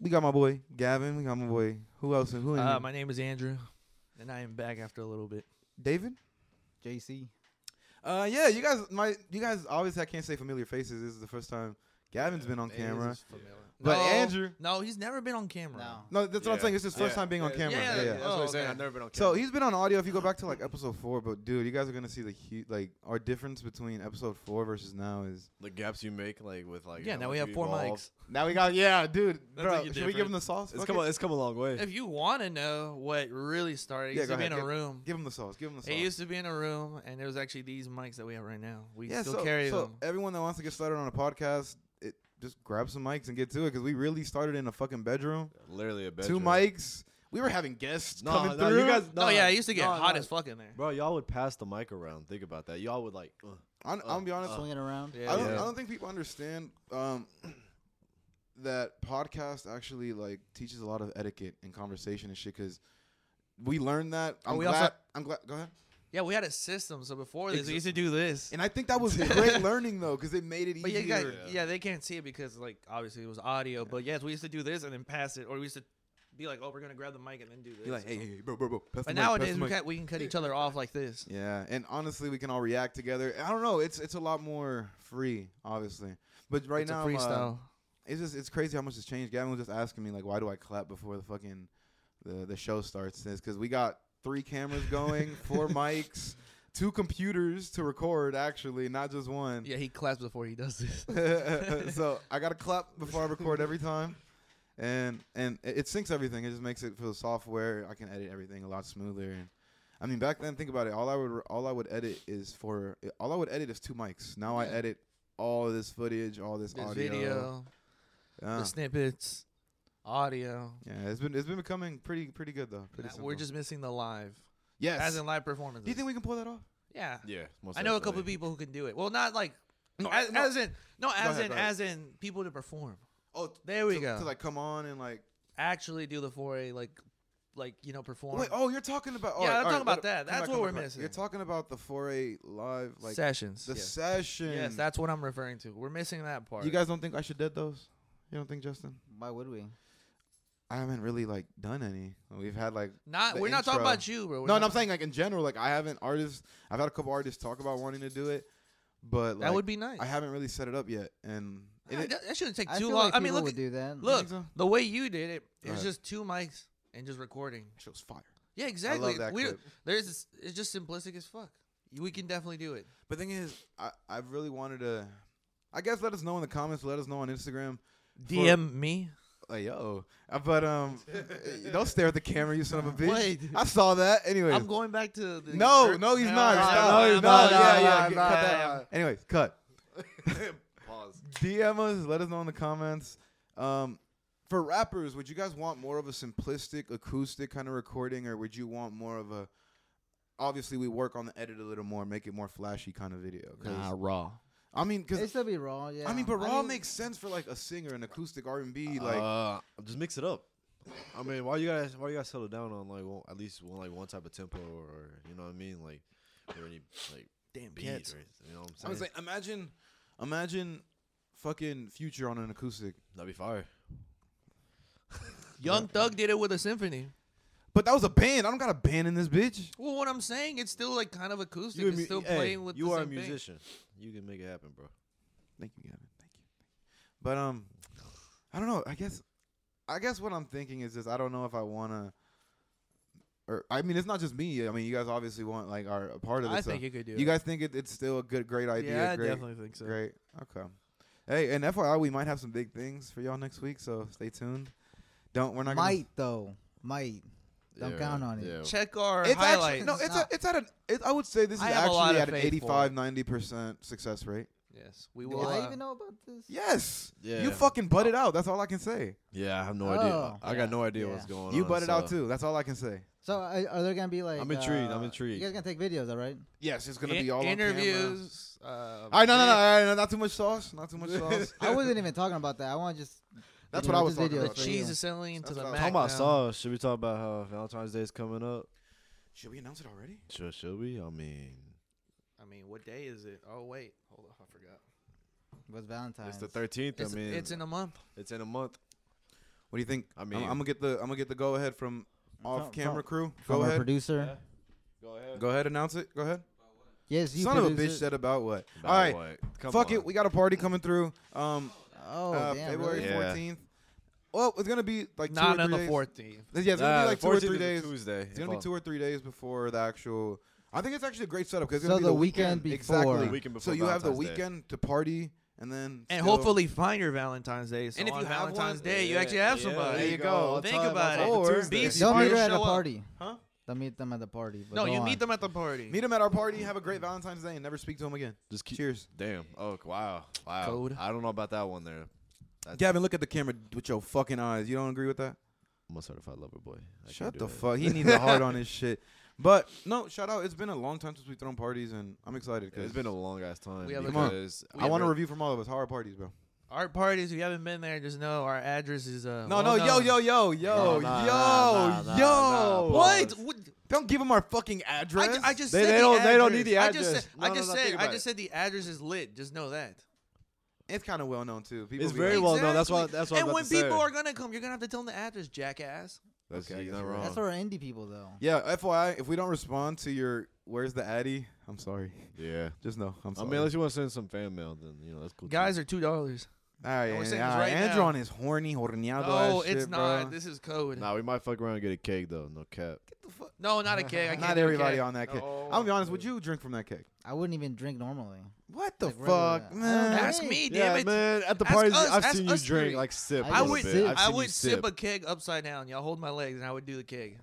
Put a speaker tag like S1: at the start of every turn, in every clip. S1: We got my boy Gavin. We got my boy. Who else? Who in
S2: Uh,
S1: here?
S2: my name is Andrew, and I am back after a little bit.
S1: David.
S3: JC.
S1: Uh, yeah, you guys, my you guys, obviously I can't say familiar faces. This is the first time Gavin's been on camera, but
S2: No,
S1: Andrew,
S2: No, he's never been on camera.
S3: No.
S1: no, that's what I'm
S4: Yeah.
S1: saying. It's his first
S4: Yeah.
S1: time being on camera.
S2: yeah,
S1: Yeah, yeah.
S4: That's
S2: Oh,
S4: what I'm saying.
S2: okay.
S4: I've never been on camera.
S1: So he's been on audio. If you go back to like episode four, but dude, you guys are gonna see the huge, like our difference between episode four versus now is
S4: the gaps you make, like with like.
S2: Yeah,
S4: how
S2: now
S4: much
S2: we have
S4: you
S2: four
S4: evolve.
S2: mics.
S1: now we got yeah, dude, bro.
S2: That's
S1: Should we
S2: like a
S1: give
S2: difference.
S1: him the sauce?
S4: It's
S1: Fuck
S4: come,
S1: it.
S4: a, it's come a long way.
S2: If you want to know what really started, it
S1: Yeah,
S2: used
S1: go
S2: to be in
S1: ahead.
S2: a room.
S1: Give him the sauce. Give him the sauce.
S2: It used to be in a room, and there was actually these mics that we have right now. We
S1: yeah,
S2: still
S1: so,
S2: carry
S1: so
S2: them.
S1: everyone that wants to get started on a podcast, it just grab some mics and get to it because we really started in a fucking bedroom,
S4: Literally a
S1: two
S4: bedroom.
S1: mics. We were having guests
S4: No,
S1: coming
S4: no,
S1: through.
S4: you guys.
S2: No,
S4: No,
S2: yeah, it used to get
S4: no,
S2: hot
S4: no.
S2: as fuck in there.
S4: Bro, y'all would pass the mic around. Think about that. Y'all would like. Uh,
S1: I'm, I'm gonna be honest.
S3: Swinging around.
S2: uh, Yeah.
S1: I don't,
S4: Yeah.
S1: I don't think people understand um, that podcast actually like teaches a lot of etiquette and conversation and shit because we learned that. I'm
S2: Oh, we
S1: glad.
S2: also-
S1: I'm glad. Go ahead.
S2: Yeah, we had a system. So before this,
S1: Exa-
S2: we used to do this.
S1: And I think that was great learning though because it made it
S2: But yeah,
S1: easier.
S2: you got-
S4: Yeah.
S2: yeah, they can't see it because like obviously it was audio. But yes, we used to do this and then pass it, or we used to be like, oh, we're gonna grab the mic and then do this.
S1: You're like, hey, hey, hey, bro, bro, bro. pass the
S2: but
S1: mic, pass
S2: nowadays
S1: the
S2: we
S1: mic."
S2: can, we can cut each other off like this.
S1: Yeah, and honestly, we can all react together. I don't know. It's it's a lot more free, obviously. But right
S2: it's
S1: now,
S2: a
S1: I'm, uh,
S2: freestyle.
S1: it's just it's crazy how much it's changed. Gavin was just asking me like, why do I clap before the fucking the the show starts? This because we got three cameras going, four mics, two computers to record actually, not just one.
S2: yeah, he claps before he does this.
S1: so I gotta clap before I record every time, and and it, it syncs everything. It just makes it feel software. I can edit everything a lot smoother. And I mean, back then, think about it. All I would all I would edit is for all I would edit is two mics. Now I edit all of this footage, all this,
S2: This
S1: audio.
S2: video,
S1: Yeah.
S2: the snippets, audio.
S1: Yeah, it's been it's been becoming pretty pretty good though. Pretty
S2: Nah, We're
S1: simple.
S2: just missing the live,
S1: yes.
S2: as in live performances.
S1: do you think we can pull that off?
S2: yeah.
S4: yeah. most
S2: I know a couple
S4: definitely.
S2: of people who can do it. Well, not like
S1: No,
S2: as,
S1: no.
S2: as in no, as
S1: ahead,
S2: in
S1: go ahead.
S2: as in people to perform.
S1: Oh,
S2: There we
S1: to,
S2: go.
S1: To like come on and like
S2: Actually, do the foray like, like you know, perform.
S1: wait. Oh, you're talking about. all
S2: Yeah,
S1: right,
S2: I'm
S1: all right,
S2: talking about
S1: what-
S2: that.
S1: come
S2: That's
S1: back,
S2: what
S1: come
S2: we're
S1: back, come back.
S2: missing.
S1: You're talking about the 4A live like
S2: sessions.
S1: the
S2: yes.
S1: session.
S2: Yes, that's what I'm referring to. We're missing that part.
S1: You guys don't think I should dead those? You don't think Justin?
S3: Why would we?
S1: I haven't really like done any. We've had like
S2: not.
S1: the
S2: We're not talking
S1: intro.
S2: about you, bro. We're
S1: no,
S2: not
S1: and I'm
S2: talking-
S1: saying like in general, like I haven't artists. I've had a couple artists talk about wanting to do it, but like,
S2: that would be nice.
S1: I haven't really set it up yet, and
S2: Ah,
S1: and it-
S2: that, that shouldn't take
S3: I
S2: too
S3: feel
S2: long.
S3: like
S2: I mean,
S3: people
S2: look,
S3: would do that.
S1: you
S2: look,
S1: think so?
S2: the way you did it, it was
S1: Right.
S2: just two mics and just recording.
S1: That shit was fire.
S2: Yeah, exactly.
S1: I love that
S2: we
S1: clip.
S2: there's this, it's just simplistic as fuck. We can definitely do it.
S1: But thing is, I I really wanted to. I guess let us know in the comments. Let us know on Instagram. For-
S2: DM me.
S1: Like yo, Uh, but um, don't stare at the camera, you son of a bitch.
S2: Wait.
S1: I saw that. Anyway,
S2: I'm going back to the
S1: no, no, he's not.
S3: no,
S1: Stop.
S3: no, he's not.
S1: Yeah,
S3: No,
S1: yeah.
S3: no,
S1: get-
S3: no,
S1: cut
S3: no,
S1: that. Anyways, cut.
S4: Pause.
S1: DM us. Let us know in the comments. Um, for rappers, would you guys want more of a simplistic acoustic kind of recording, or would you want more of a? Obviously, we work on the edit a little more, make it more flashy kind of video. 'cause-
S2: raw.
S1: I mean, because
S3: It'd still be raw, yeah.
S1: I mean, but raw makes sense for like a singer, an acoustic R and B. Like,
S4: uh, just mix it up. I mean, why you guys why you guys settle down on like well, at least one like one type of tempo or, you know what I mean like or any like
S2: Damn
S4: beat
S2: cats.
S4: or you know what
S1: I
S4: I'm
S1: was
S4: saying
S1: like, imagine, imagine, fucking Future on an acoustic.
S4: that'd be fire.
S2: Young Thug did it with a symphony.
S1: But that was a band. I don't got a band in this bitch.
S2: Well, what I'm saying, it's still like kind of acoustic.
S4: a
S2: it's
S4: mu-
S2: still
S4: hey,
S2: playing with.
S4: you
S2: the
S4: are a
S2: same thing.
S4: musician. You can make it happen, bro.
S1: Thank you, Gavin. Thank you. But um, I don't know. I guess, I guess what I'm thinking is just I don't know if I wanna. Or I mean, it's not just me. I mean, you guys obviously want like are a part of this.
S2: I
S1: so-
S2: think you could do.
S1: you guys think it, it's still a good, great
S2: it.
S1: idea.
S2: Yeah, I
S1: great,
S2: definitely think so.
S1: Great. Okay. Hey, and FYI, we might have some big things for y'all next week, so stay tuned. Don't we're not gonna-
S3: Might, though. Might. Don't count on it.
S2: Check our
S1: It's
S2: highlights.
S1: actually no, it's a,
S3: Not-
S1: it's at an. It, I would say this is
S2: I have a lot
S1: actually
S2: of
S1: at an
S2: faith for it.
S1: 85, 90 percent success rate.
S2: yes, we
S3: Do
S2: will.
S3: I
S2: uh,
S3: even know about this?
S1: Yes. You
S4: Yeah.
S1: fucking butt it out. That's all I can say.
S4: Yeah, I have no
S3: Oh.
S4: idea. I I
S2: Yeah.
S4: got no idea
S3: Yeah.
S4: what's going on.
S1: You butt it out
S4: so-
S1: too. That's all I can say.
S3: So are, are there gonna be like?
S4: I'm intrigued, I'm
S3: uh,
S4: intrigued.
S3: You guys gonna take videos, all right?
S1: Yes, it's
S2: in- interviews. Uh,
S1: All right, no, no, no, all right, no, not too much sauce, not too much sauce.
S3: I wasn't even talking about that. I want to just.
S1: That's
S3: you
S1: what I
S3: know,
S1: was
S3: just
S1: talking
S3: videos
S2: The
S1: about.
S3: for
S2: cheese
S3: you.
S2: is selling into
S1: That's
S2: the
S1: what I was
S2: Mac
S4: Talking about
S2: now.
S4: sauce, should we talk about how Valentine's Day is coming up?
S1: Should we announce it already?
S4: Should should we? I mean,
S2: I mean, what day is it? Oh wait, hold on, I forgot.
S3: It Was Valentine's.
S4: it's the 13th.
S2: It's,
S4: I mean,
S2: it's in a month.
S4: it's in a month.
S1: What do you think?
S4: I
S1: I mean,
S4: mean-
S1: I'm, gonna get the I'm gonna get the go ahead from off camera crew.
S3: from
S1: Go
S3: our
S1: ahead.
S3: producer.
S4: Go ahead.
S1: Go ahead, announce it. Go ahead.
S3: Yes, you
S1: Son of a
S3: produce
S1: bitch
S3: it.
S1: said about what? All right, fuck it. We got a party coming through. Um,
S3: Oh,
S1: uh,
S3: damn,
S1: February
S3: really?
S4: Yeah.
S1: 14th. Well, it's gonna be like two
S2: Not
S1: or
S2: on
S1: three
S2: the
S1: days.
S2: 14th.
S1: Yeah, it's gonna be like two or three days.
S4: Tuesday.
S1: It's gonna be two or three days before the actual. I think it's actually a great setup because
S3: So
S1: be
S3: the weekend before.
S1: exactly.
S3: The
S4: weekend
S1: so
S4: before
S1: you have the
S4: Valentine's Day.
S1: weekend to party and then
S2: And
S1: still-
S2: hopefully find your Valentine's Day. So
S1: And if
S2: on
S1: you have one-
S2: Valentine's Day, you actually have somebody.
S1: There you go.
S2: Think about it.
S1: Or-
S2: Be
S1: Don't
S3: Don't meet
S2: smart,
S3: her at a
S2: show up.
S3: party.
S2: Huh?
S3: Don't meet them at the party. but
S2: No,
S3: go
S2: you
S3: on.
S2: meet them at the party.
S1: meet him at our party, have a great Valentine's Day, and never speak to him again.
S4: Just keep.
S1: Cheers,
S4: Damn. Oh wow. Wow.
S2: Code.
S4: I don't know about that one there. That's-
S1: Gavin. Look at the camera with your fucking eyes. You don't agree with that?
S4: I'm a certified lover boy. I can't
S1: Shut
S4: do
S1: the
S4: that.
S1: fuck. He needs a heart on his shit. But no, shout out. It's been a long time since we've thrown parties, and I'm excited.
S4: It's been a long ass time.
S2: We have a-
S1: Come on.
S4: because
S2: We
S1: I
S2: have
S1: want
S2: a-
S1: to review from all of us. How are parties, bro?
S2: Our parties, if you haven't been there, just know our address is uh.
S1: No, no, yo,
S2: well-known.
S1: yo, yo, yo,
S4: No, nah,
S1: yo,
S4: nah, nah,
S1: yo.
S4: nah, nah,
S2: What? what?
S1: Don't give him our fucking address.
S2: I, I just
S4: They-
S2: said
S4: they
S2: the
S4: don't-
S2: address.
S4: they don't need the
S2: I just
S4: address.
S2: said,
S4: No,
S2: I
S4: no,
S2: just,
S4: no,
S2: said,
S4: think
S2: I
S4: about
S2: just
S4: it.
S2: said the address is lit. Just know that.
S1: it's kind of well known too. People
S4: It's
S1: be
S4: very
S1: like,
S4: well known. That's why- that's what
S2: And
S4: I'm about
S2: when
S4: to
S2: people
S4: say.
S2: are gonna come, you're gonna have to tell them the address, jackass.
S4: That's
S1: Okay,
S4: you're
S1: I guess
S4: not
S1: you're right.
S4: wrong.
S3: That's for indie people, though.
S1: Yeah, FYI, if we don't respond to your where's the Addy, I'm sorry.
S4: yeah.
S1: Just know I'm
S4: I
S1: sorry.
S4: mean, unless you want to send some fan mail, then you know that's cool. too.
S2: Guys are two dollars.
S1: all right,
S2: we're
S1: all right.
S2: saying this right
S1: Andrew
S2: now.
S1: on his horny horneado.
S2: No,
S1: ass
S2: Oh, it's
S1: shit,
S2: not.
S1: Bro.
S2: This is code.
S4: Nah, we might fuck around and get a cake though. No cap.
S2: No, not a cake. I can't
S1: not
S2: do a
S1: everybody
S2: cake.
S1: on that cake.
S2: No.
S1: I'm gonna be honest. Would you drink from that cake?
S3: I wouldn't even drink normally.
S1: What the
S3: Like regular- I
S1: fuck,
S3: don't
S1: man?
S3: know.
S2: Ask
S3: Hey.
S2: me,
S4: yeah,
S2: damn it.
S4: man. At the
S2: Ask
S4: parties,
S2: us-
S4: I've
S2: ask
S4: seen you
S2: us
S4: drink
S2: three.
S4: like sip. a
S3: I
S2: I
S4: little
S2: would,
S4: bit. I've
S2: I
S4: seen you
S2: would sip a keg upside down. Y'all hold my legs, and I would do the keg.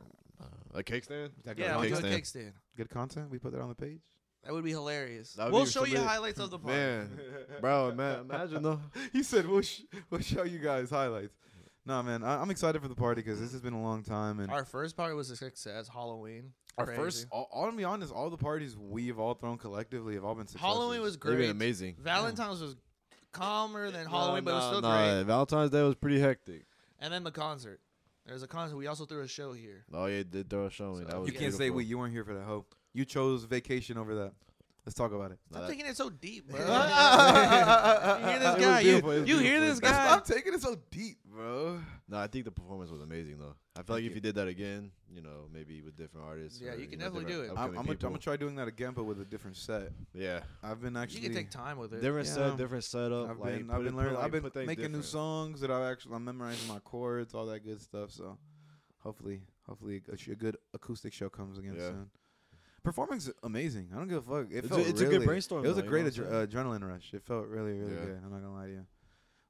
S4: a cake stand.
S1: That goes
S2: Yeah, I
S1: on
S2: would do
S1: cake
S2: a
S4: stand.
S2: keg stand.
S1: Good content. We put that on the page.
S2: That would be hilarious.
S4: That would
S2: we'll
S4: be
S2: show you
S4: somebody-
S2: highlights of the party.
S4: Man, bro, man, imagine though.
S1: he said we'll sh- we'll show you guys highlights. Nah, man, I- I'm excited for the party because this has been a long time and
S2: Our first party was a success. Halloween.
S1: our
S2: Crazy.
S1: first. All, all to be honest, all the parties we've all thrown collectively have all been successful.
S2: Halloween was
S4: They've
S2: great.
S4: been amazing.
S2: Valentine's was calmer than Halloween, but it was
S4: Nah,
S2: still
S4: nah,
S2: great.
S4: Valentine's Day was pretty hectic.
S2: And then the concert. There was a concert. We also threw a show here.
S4: Oh yeah, did throw a show me. That
S2: You
S4: was
S1: You can't say
S4: beautiful.
S1: we. You weren't here for that. Hope you chose vacation over that. Let's talk about it.
S4: Nah,
S2: Stop
S4: that-
S2: taking it so deep, bro. you hear
S1: hear
S2: this
S4: was
S2: guy? You,
S4: beautiful, it was
S2: you hear
S4: beautiful.
S2: this
S4: That's-
S2: guy?
S1: Stop taking it so deep, bro.
S4: No, I think the performance was amazing though. I feel like
S1: Thank
S4: if you did that again, you know, maybe with different artists.
S2: Yeah,
S4: or,
S2: you can
S4: know,
S2: definitely
S4: different
S2: do it.
S1: I'm,
S4: upcoming
S1: I'm, gonna, I'm
S4: people.
S1: gonna try doing that again, but with a different set.
S4: Yeah,
S1: I've been
S2: You
S1: actually.
S2: can take time with it.
S4: different
S1: Yeah.
S4: set, different setup.
S1: I've
S4: like,
S1: been,
S4: put
S1: I've
S4: it-
S1: been
S4: put,
S1: learning.
S4: like,
S1: I've been
S4: put
S1: making
S4: things
S1: new
S4: different.
S1: songs that I've actually. I'm memorizing my chords, all that good stuff. So, hopefully, hopefully a, sh- a good acoustic show comes again
S4: Yeah.
S1: soon. Performing's amazing. I don't give a fuck. It
S4: It's a-
S1: felt
S4: it's a good
S1: really-
S4: brainstorm,
S1: It was
S4: though,
S1: a
S4: you know
S1: great
S4: what I'm
S1: adre- adrenaline rush. It felt really, really
S4: Yeah.
S1: good. I'm not gonna lie to you.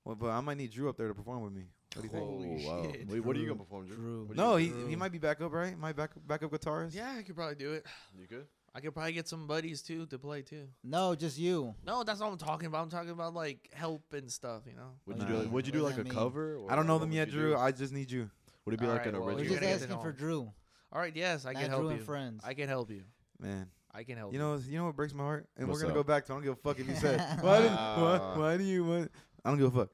S1: Well, but I might need Drew up there to perform with me. What do you think?
S2: Holy
S4: Oh, wow.
S2: shit.
S4: Wait, what are you gonna perform, Drew?
S2: Drew.
S4: What are you
S1: No,
S4: gonna
S1: he,
S4: do?
S1: he might be backup, right? My back backup guitarist.
S2: Yeah, I could probably do it.
S4: You good?
S2: I could probably get some buddies too to play too.
S3: No, just you.
S2: No, that's not what I'm talking about. I'm talking about like help and stuff, you know.
S4: Would you do? Like,
S1: Nah.
S4: would you do
S3: What
S4: like
S3: does
S4: a
S3: that mean?
S4: cover?
S1: I don't
S4: or
S1: know
S4: what
S1: them
S4: would
S1: yet,
S4: you do?
S1: Drew. I just need you.
S4: Would it be like
S2: Alright,
S4: an
S2: well,
S4: original?
S3: We're
S2: you're
S3: just
S2: gonna get it
S3: asking for
S2: on.
S3: Drew.
S2: All right, yes, I
S3: not
S2: can
S3: Drew
S2: help
S3: and
S2: you.
S3: friends.
S2: I can help you.
S1: Man,
S2: I can help
S1: you know, you know what breaks my heart, and
S4: Oh. What's
S1: we're gonna
S4: up?
S1: go back to. I don't give a fuck if you said why, did, why,
S4: Wow.
S1: why do you want? I don't give a fuck.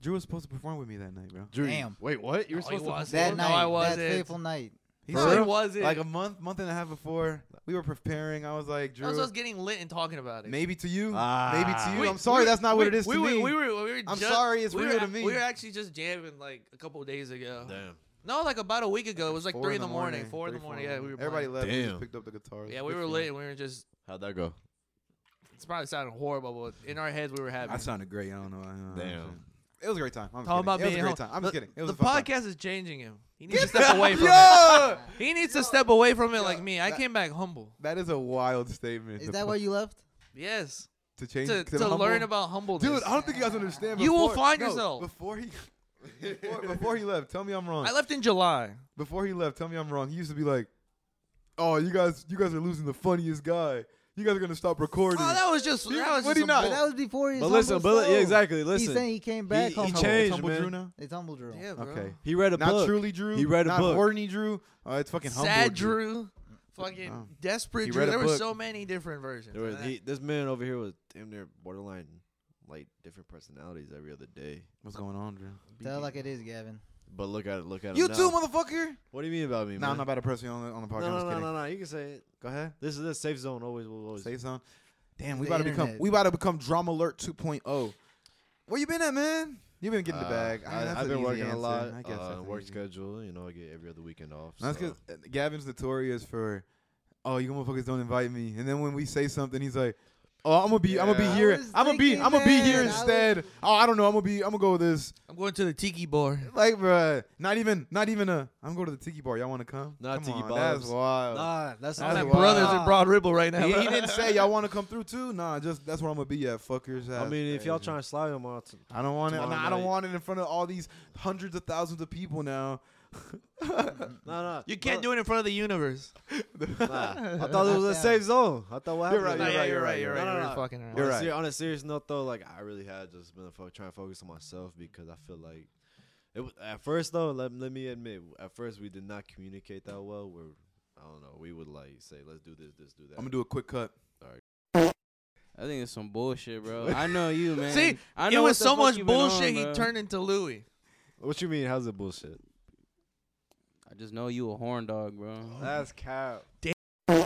S1: Drew was supposed to perform with me that night, bro.
S4: Drew, you-
S3: Damn.
S4: Wait, what? Oh,
S2: No,
S4: You were
S2: he
S4: supposed to?
S2: wasn't.
S3: That
S2: No,
S3: night,
S2: I
S3: that
S2: wasn't.
S3: fateful night.
S1: He
S2: No,
S1: said-
S2: it wasn't.
S1: like a month, month and a half before we were preparing. I was like,
S2: I was
S1: Drew,
S2: just getting lit and talking about it.
S1: maybe to you, maybe
S4: Ah.
S1: to you.
S2: We-
S1: I'm sorry,
S2: we-
S1: that's not what it
S2: we-
S1: is
S2: we
S1: to
S2: were,
S1: me.
S2: We were, we were
S1: I'm
S2: just-
S1: sorry, it's
S2: we
S1: real
S2: were,
S1: to
S2: ac-
S1: me.
S2: We were actually just jamming like a couple days ago.
S4: Damn.
S2: No, like about a week ago. It was like
S1: Four
S2: three in the morning, four in
S1: three,
S2: the morning. Yeah, we were
S1: Everybody
S2: playing.
S1: left. We just
S4: Damn.
S1: picked up the guitars.
S2: Yeah, we were lit. and We were just.
S4: How'd that go?
S2: It's probably sounding horrible, but in our heads we were happy.
S1: I sounded great. I don't know. I don't know.
S4: Damn.
S1: It was a great time. I'm
S2: Talking about
S1: kidding.
S2: being
S1: it was a great
S2: home.
S1: time. I'm just
S2: the,
S1: kidding. It was
S2: the
S1: a fun time.
S2: podcast is changing him. He needs to step away from it.
S1: Yeah!
S2: He needs to step away from it like me. I
S1: that-
S2: came back humble.
S1: That is a wild statement.
S3: Is
S1: The
S3: that
S1: po-
S3: why you left?
S2: Yes,
S1: to change
S2: to, to
S1: humble-
S2: learn about humbleness.
S1: Dude, I don't think you guys understand.
S2: You will
S1: before-
S2: find
S1: no,
S2: yourself.
S1: before he before, before he left. Tell me I'm wrong.
S2: I left in July.
S1: before he left, tell me I'm wrong. He used to be like, "Oh, you guys, you guys are losing the funniest guy. You guys are gonna stop recording."
S2: Oh, that was just
S1: Dude,
S2: that was
S1: what
S2: just
S1: do you
S2: some
S1: know?
S3: But
S2: bull-
S3: that was before his.
S4: But listen,
S3: humble
S4: but li- yeah,
S3: self.
S4: exactly.
S3: He's
S4: Listen,
S3: saying he came back.
S4: he
S3: humble.
S1: Tumble-
S4: changed,
S1: Tumble
S4: man.
S1: Drew now.
S3: It's humble Drew.
S2: Yeah, bro.
S1: Okay,
S4: he read a
S1: not
S4: book.
S1: truly Drew.
S4: He read a
S1: not
S4: book.
S1: horny Drew. Uh, it's fucking humble.
S2: Sad
S1: Drew.
S2: Drew, fucking
S1: Oh.
S2: desperate
S1: He
S2: Drew.
S1: read a
S2: There were
S1: book.
S2: so many different versions.
S4: There was,
S2: of that.
S4: he, this man over here was damn near borderline, like different personalities every other day.
S1: What's going on, Drew?
S3: Tell like it is, Gavin.
S4: But look at it, look at
S1: You
S4: him
S1: too,
S4: now.
S1: motherfucker.
S4: What do you mean about me,
S1: Nah,
S4: man?
S1: I'm not about to press you on the, on the podcast.
S4: no,
S1: I'm
S4: no,
S1: just
S4: no,
S1: kidding.
S4: no, no. You can say it.
S1: Go ahead.
S4: This is a safe zone. Always, will always.
S1: Safe zone. Damn, we
S3: The
S1: about to become
S3: internet.
S1: we about to become Drama Alert 2.0. oh. Where you been at, man? You been getting the
S4: Uh,
S1: bag. Ah,
S4: I,
S1: that's
S4: have
S1: an
S4: been
S1: easy
S4: working
S1: answer.
S4: a lot.
S1: I guess
S4: uh,
S1: that's an
S4: work
S1: easy-
S4: schedule. You know, I get every other weekend off.
S1: No, That's
S4: so.
S1: because Gavin's notorious for, oh, you motherfuckers don't invite me, and then when we say something, he's like, oh, I'm gonna be, I'm gonna be
S4: Yeah. I
S1: here,
S3: was
S1: I'm gonna be,
S3: thinking
S1: I'm gonna be
S3: that.
S1: here
S3: I was-
S1: instead. Oh, I don't know, I'm gonna be, I'm gonna go with this.
S2: I'm going to the tiki bar.
S1: Like, bruh, not even, not even a. I'm going to the tiki bar. Y'all want to come?
S4: Not
S1: come
S4: tiki
S1: on,
S4: bars.
S1: That's wild.
S4: Nah, that's
S2: I'm
S1: That's
S4: not
S2: at
S1: wild.
S2: Brothers in Broad Ripple right now.
S1: He, he didn't say y'all want to come through too. Nah, just that's where I'm gonna be at, fuckers.
S4: I
S1: That's
S4: mean, if y'all
S1: crazy.
S4: trying to slide them out,
S1: I don't want it.
S4: tomorrow
S1: Nah, I don't
S4: night.
S1: want it in front of all these hundreds of thousands of people now.
S4: no, no,
S2: You can't do it in front of the universe.
S4: Nah. I thought it was a safe zone. I thought what
S1: You're
S4: happened.
S1: right,
S2: Nah,
S1: you're
S2: yeah,
S1: right, you're right,
S2: you're right. You're
S4: you're
S2: right.
S4: right.
S2: You're
S4: No, no, no.
S2: fucking around.
S1: You're
S4: on, a
S1: right.
S4: ser- on a serious note, though, like I really had just been fo- trying to focus on myself because I feel like it was, at first though. Let, let me admit, at first we did not communicate that well. We're I don't know. We would like say, let's do this, this, do that.
S1: I'm gonna do a quick cut.
S5: I think it's some bullshit, bro. I know you, man.
S2: See,
S5: I
S2: It
S5: know what
S2: was
S5: the
S2: so
S5: fuck
S2: much
S5: you been on,
S2: bullshit. he
S5: bro.
S2: turned into Louis.
S4: what you mean? How's it bullshit?
S5: I just know you a horn dog, bro.
S4: That's cap.
S1: All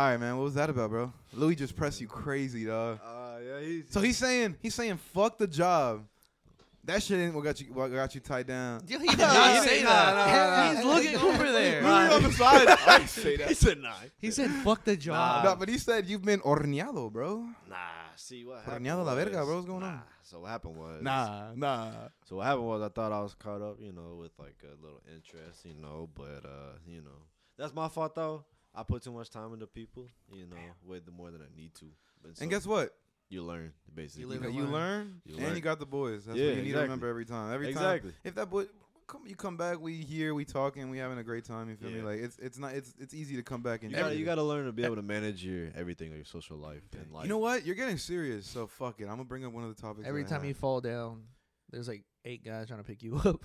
S1: right, man. What was that about, bro? Louis just pressed you crazy, dog.
S4: Uh, yeah, he's
S1: So he's saying he's saying fuck the job. That shit ain't what got you what got you tied down.
S2: He did not
S4: he
S2: say
S4: didn't-
S2: that.
S4: nah, nah,
S2: He's
S4: nah.
S2: looking over
S4: Nah.
S2: there.
S4: on the
S1: side. I say
S4: he said nah.
S2: He said, "Fuck the job."
S1: No, but he said you've been horneado, bro.
S4: Nah, see what happened.
S1: Preñado la verga,
S4: was-
S1: bro. What's going on?
S4: nah, So what happened was
S1: nah.
S4: So what happened was I thought I was caught up, you know, with like a little interest, you know, but uh, you know, that's my fault though. I put too much time into people, you know, way the more than I need to. But so
S1: And guess what?
S4: you learn basically.
S2: You
S1: You,
S2: live and
S1: you
S2: learn.
S1: learn,
S4: You
S1: and
S4: learn.
S1: you got the boys. That's
S4: Yeah,
S1: what you need to
S4: exactly.
S1: remember every time. Every time.
S4: exactly.
S1: if that boy come, you come back, we here, we talking, we having a great time. You feel me?
S4: Yeah.
S1: Like it's it's not it's it's easy to come back and
S4: You gotta,
S1: shit.
S4: you gotta learn to be able to manage your everything, like your social life and life.
S1: You know what? You're getting serious, so fuck it. I'm gonna bring up one of the topics.
S2: Every
S1: that I
S2: time you
S1: have.
S2: fall down, there's like eight guys trying to pick you up.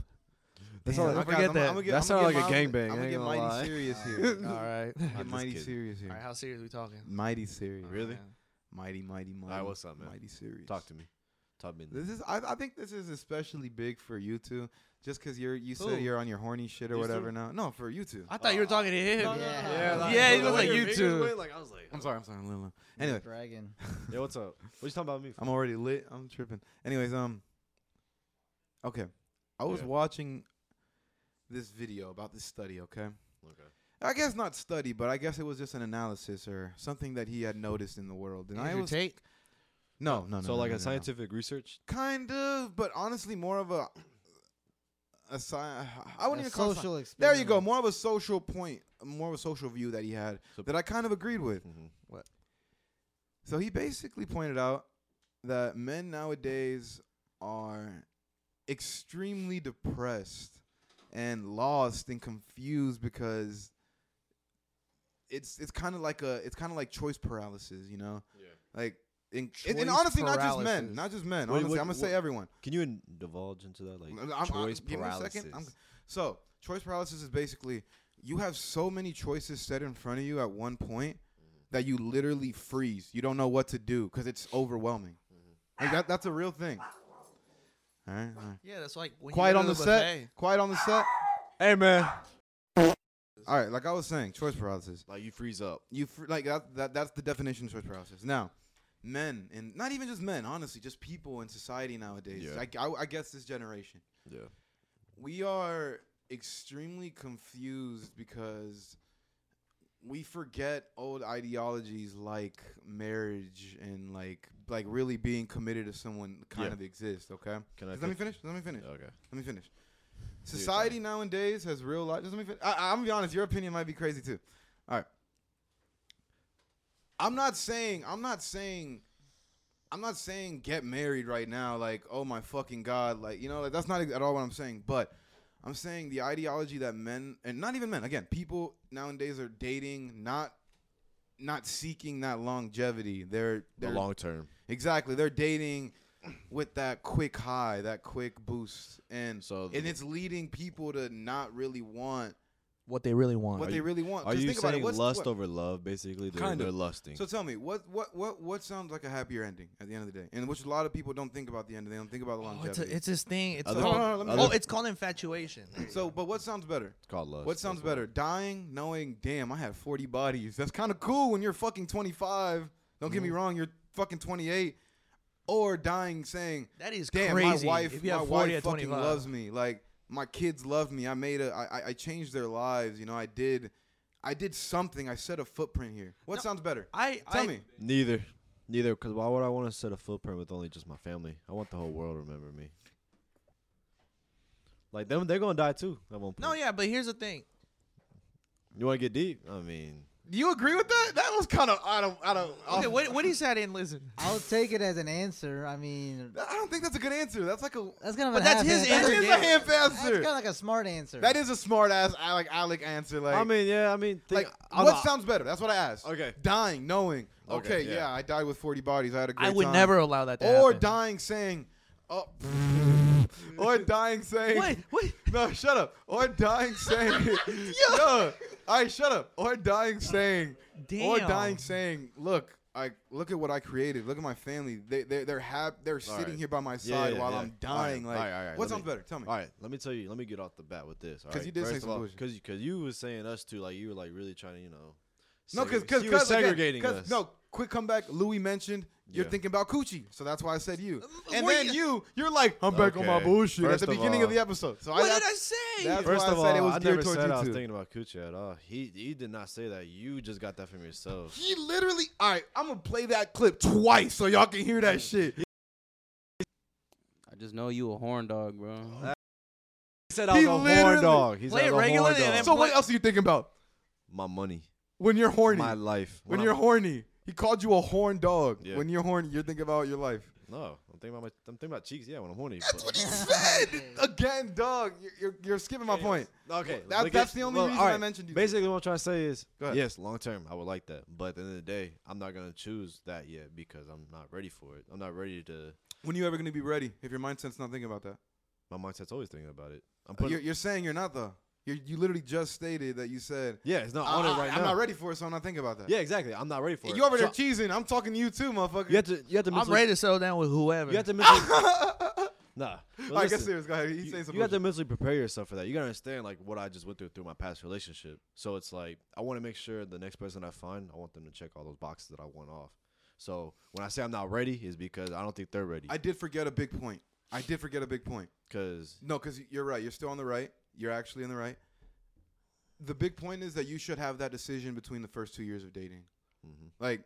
S4: That's
S1: Damn,
S4: all-
S1: guys,
S2: I forget that.
S1: I'ma get-
S4: That
S1: I'ma
S4: sounded
S1: get
S4: like a
S1: mild-
S4: gangbang,
S1: I'm
S4: I
S1: gonna
S4: ain't
S1: get
S4: gonna
S1: mighty
S4: lie.
S1: serious
S2: All
S1: here.
S2: right.
S1: Get
S4: just
S1: mighty
S4: kidding.
S1: serious
S2: All right.
S1: here.
S2: How serious are we talking?
S1: Mighty serious.
S2: Oh,
S4: Really?
S2: man.
S1: Mighty, mighty, mighty.
S4: Alright, what's up, man?
S1: Mighty serious.
S4: Talk to me. Talk me.
S1: This is. I, I think this is especially big for you two, just because you're you
S2: Who?
S1: said you're on your horny shit or
S4: These
S1: whatever now. No, for you two.
S2: I thought you were talking to him.
S3: no, no, no. Yeah,
S2: yeah, he was
S3: like-
S4: the way
S2: like
S4: your
S2: you
S4: fingers
S2: too.
S4: went, like, I was like,
S1: I'm sorry. I'm sorry. I'm a little. Anyway,
S3: Dragon.
S4: Yeah, what's up? What you talking about me? For?
S1: I'm already lit. I'm tripping. Anyways, um. Okay, I was
S4: Yeah.
S1: watching this video about this study. Okay,
S4: Okay.
S1: I guess not study, but I guess it was just an analysis or something that he had noticed in the world. And I was
S2: take.
S1: no, no, no.
S4: so
S1: no,
S4: like
S1: no, no, no.
S4: a scientific research.
S1: kind of, but honestly, more of a a sci- I
S3: I
S1: wouldn't even call it sci-
S3: social
S1: There you go. More of a social point, more of a social view that he had
S4: So-
S1: that I kind of agreed with.
S4: Mm-hmm.
S1: So he basically pointed out that men nowadays are extremely depressed and lost and confused because it's it's kind of like a it's kind of like choice paralysis, you know?
S4: Yeah.
S1: Like in, and-
S2: Choice
S1: and honestly, not just men,
S2: paralysis.
S1: not just men.
S4: Wait,
S1: honestly,
S4: what-
S1: I'm gonna say
S4: what-
S1: everyone.
S4: Can you in- divulge into that, like
S1: I'm- I'm-
S4: choice
S1: give me a
S4: paralysis?
S1: second. I'm- So choice paralysis is basically you have so many choices set in front of you at one point
S4: Mm-hmm.
S1: that you literally freeze. You don't know what to do because it's overwhelming.
S4: Mm-hmm.
S1: Like that, that's a real thing. All right, all right.
S2: Yeah, that's like when you
S1: Quiet
S2: go
S1: on
S2: to
S1: the
S2: buffet.
S1: set. Quiet on the set.
S4: hey man,
S1: All right, like I was saying, choice paralysis.
S4: like you freeze up.
S1: You fr- like that, that. That's the definition of choice paralysis. Now, men and not even just men. Honestly, just people in society nowadays.
S4: Yeah.
S1: I, I, I guess this generation.
S4: Yeah.
S1: we are extremely confused because we forget old ideologies like marriage and like like really being committed to someone kind
S4: Yeah.
S1: of exist okay
S4: Can I?
S1: Just let me
S4: fix-
S1: finish let me finish
S4: Okay.
S1: let me finish society nowadays has real life just let me finish I, i'm gonna be honest your opinion might be crazy too all right i'm not saying i'm not saying i'm not saying get married right now like oh my fucking god like you know like, that's not at all what i'm saying but i'm saying the ideology that men and not even men again people nowadays are dating not not seeking that longevity they're
S4: The
S1: they're
S4: long term.
S1: Exactly. They're dating with that quick high, that quick boost. And
S4: So
S1: and it's leading people to not really want
S2: What they really want.
S1: what
S4: Are
S1: they
S4: you-
S1: really want.
S4: Are
S1: 'Cause
S4: you
S1: think about it,
S4: saying
S1: what's-
S4: lust
S1: what-
S4: over love? Basically, they're,
S1: Kind of.
S4: they're lusting.
S1: So tell me, what what what what sounds like a happier ending at the end of the day? And which a lot of people don't think about the end. They don't think about the
S2: Oh, it's,
S1: longevity.
S2: a, it's this thing. It's
S4: Other
S2: called,
S1: people- No, no, no, let me-
S2: oh, it's called infatuation.
S1: so, but what sounds better?
S4: it's called lust.
S1: What sounds
S4: That's why.
S1: better? Dying knowing, damn, I had 40
S4: Mm-hmm.
S1: bodies. That's kind of cool when you're fucking 25. Don't get me wrong, you're fucking 28. or dying saying,
S2: That is
S1: damn,
S2: crazy.
S1: my wife,
S2: if you
S1: my
S2: have 40
S1: wife
S2: at
S1: fucking
S2: 25.
S1: loves me. Like my kids love me. I made a, I, I- I changed their lives. You know, I did, I did something. I set a footprint here. What
S2: No,
S1: sounds better?
S2: I
S1: Tell
S2: I,
S1: me.
S4: Neither. Neither, because why would I want to set a footprint with only just my family? I want the whole world to remember me. Like them, they're gonna die too at one point.
S2: No, yeah, but here's the thing.
S4: You want to get deep? I mean,
S1: Do you agree with that? That was kind of I don't, I don't.
S2: Okay, what what he said in listen.
S3: I'll take it as an answer. I mean,
S1: I don't think that's a good answer. That's like a
S3: that's kind of
S2: But
S3: a
S2: that's
S3: half
S2: his
S3: answer.
S1: that
S2: answer
S1: is a
S2: game.
S1: half
S3: That's kind
S1: answer.
S3: of like a smart answer.
S1: That is a smart ass Alec Alec answer. Like
S4: I mean, yeah, I mean, think,
S1: like what sounds better? That's what I asked.
S4: Okay.
S1: Dying, knowing. Okay,
S4: Okay,
S1: yeah.
S4: yeah.
S1: I died with 40 bodies. I had a great
S2: I would
S1: time.
S2: never allow that to
S1: Or
S2: happen.
S1: dying saying, oh, or dying saying.
S2: What? What?
S1: No, shut up. Or dying saying. yo. All right, shut up. Or dying saying. Or
S2: Damn.
S1: dying saying. Look. I look at what I created. Look at my family. They they they're hap- They're sitting
S4: right.
S1: here by my
S4: Yeah,
S1: side
S4: yeah,
S1: while
S4: yeah.
S1: I'm dying.
S4: All right,
S1: like,
S4: all right, all right,
S1: what
S4: let
S1: sounds
S4: me-
S1: better? Tell me.
S4: All right, let me tell you. Let me get off the bat with this. all
S1: 'Cause
S4: right?
S1: you did say
S4: First
S1: some
S4: of all,
S1: bullshit.
S4: Cause, 'cause you was saying us too. Like you were like really trying to, you know.
S1: No, because
S4: segre-
S1: because
S4: you were segregating us.
S1: No, quick comeback. Louis mentioned you're
S4: Yeah. Um,
S1: thinking about coochie, so that's why I said you. And
S2: were
S1: then
S2: you-
S1: you, you're like, I'm back on my
S4: Okay.
S1: bullshit
S4: First
S1: at the
S4: of
S1: beginning of
S4: all-
S1: the episode. So
S2: What
S1: I,
S2: did I
S1: that's-
S2: say?
S1: that's
S4: First
S1: why
S4: of
S1: I said
S4: all,
S1: it was
S4: I
S1: geared
S4: never
S1: towards
S4: said
S1: you
S4: I was
S1: two.
S4: thinking about Kucha at all. He he did not say that. You just got that from yourself.
S1: He literally. All right, I'm gonna play that clip twice so y'all can hear that shit. He
S5: I just know you a horn dog, bro.
S4: He said
S1: I was a horn dog.
S4: He
S2: Play it regularly and then
S1: so what
S2: play-
S1: else are you thinking about
S4: my money,
S1: when you're horny?
S4: my life.
S1: when
S4: I'm-
S1: you're horny, he called you a horn dog.
S4: Yeah.
S1: When you're horny, you're thinking about your life.
S4: no, I'm thinking about my, I'm thinking about cheeks. Yeah, when I'm horny.
S1: That's what he said again, dog. You're, you're, you're skipping my point.
S4: Okay,
S1: That-
S4: look
S1: that's
S4: at-
S1: the only
S4: well,
S1: reason
S4: alright,
S1: I mentioned you.
S4: Basically, what I'm trying to say is,
S1: Go ahead.
S4: yes, long term, I would like that. But at the end of the day, I'm not gonna choose that yet because I'm not ready for it. I'm not ready to.
S1: When you ever gonna be ready? If your mindset's not thinking about that.
S4: My mindset's always thinking about it. I'm
S1: But Oh, you're,
S4: putting.
S1: you're saying you're not though. You you literally just stated that you said
S4: Yeah, it's not
S1: I,
S4: on it right
S1: am
S4: now.
S1: not ready for it, so I'm not thinking about that.
S4: Yeah, exactly. I'm not ready for it.
S1: you over there
S4: So,
S1: cheesing. I'm talking to you too, motherfucker.
S4: you have to. You have to.
S2: I'm
S4: mentally-
S2: ready to settle down with whoever.
S4: You have to. mentally- Nah.
S1: All
S4: But
S1: right, get
S4: listen,
S1: serious. Go ahead. He's
S4: you,
S1: saying some
S4: you have to
S1: bullshit.
S4: mentally prepare yourself for that. You gotta understand like what I just went through through my past relationship. So it's like I want to make sure the next person I find, I want them to check all those boxes that I want off. So when I say I'm not ready, is because I don't think they're ready.
S1: I did forget a big point. I did forget a big point.
S4: Because
S1: No, because you're right. You're still on the right. You're actually on the right. The big point is that you should have that decision between the first two years of dating.
S4: Mhm.
S1: Like,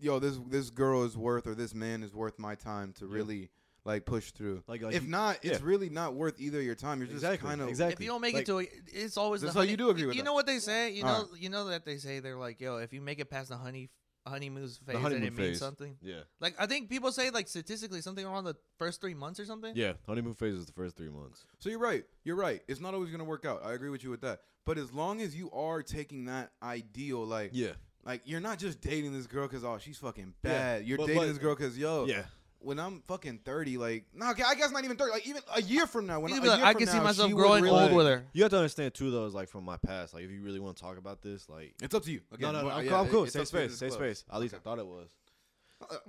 S1: yo, this this girl is worth or this man is worth my time to really like push through.
S4: Like- like
S1: if
S4: you-
S1: not, it's
S4: yeah.
S1: really not worth either your time. You're just
S4: Exactly,
S1: kind of
S4: exactly.
S2: If you don't make
S4: Like-
S2: it to, a, it's always.
S1: That's
S2: the
S1: how
S2: honey-
S1: you do agree with
S2: You
S1: that.
S2: know what they say? You know,
S1: Alright.
S2: you know that they say they're like, yo, if you make it past the honey, honeymoon's phase,
S4: honeymoon
S2: then it means
S4: phase.
S2: something.
S4: yeah,
S2: Like I think people say like statistically something around the first three months or something.
S4: yeah, honeymoon phase is the first three months.
S1: So you're right. You're right. It's not always going to work out. I agree with you with that. But as long as you are taking that ideal, like,
S4: Yeah,
S1: like you're not just dating this girl because oh she's fucking
S4: Yeah.
S1: bad. You're
S4: But-
S1: dating
S4: but-
S1: this girl because yo,
S4: yeah.
S1: When I'm fucking thirty, like, no, okay, I guess not even thirty. Like even a year from now, when
S2: You
S1: I,
S2: could be
S1: a
S2: like,
S1: year
S2: I
S1: from
S2: can see
S1: now,
S2: myself
S1: she would
S2: growing
S1: really-
S2: old with her.
S4: You have to understand too, though. Is like from my past. Like if you really want to talk about this, like
S1: It's up to you. Again,
S4: no, no, no,
S1: well,
S4: I'm
S1: yeah,
S4: cool. I'm
S1: it-
S4: cool.
S1: it's
S4: Safe
S1: up to you to
S4: space, safe
S1: disclose.
S4: space. At least I thought it was.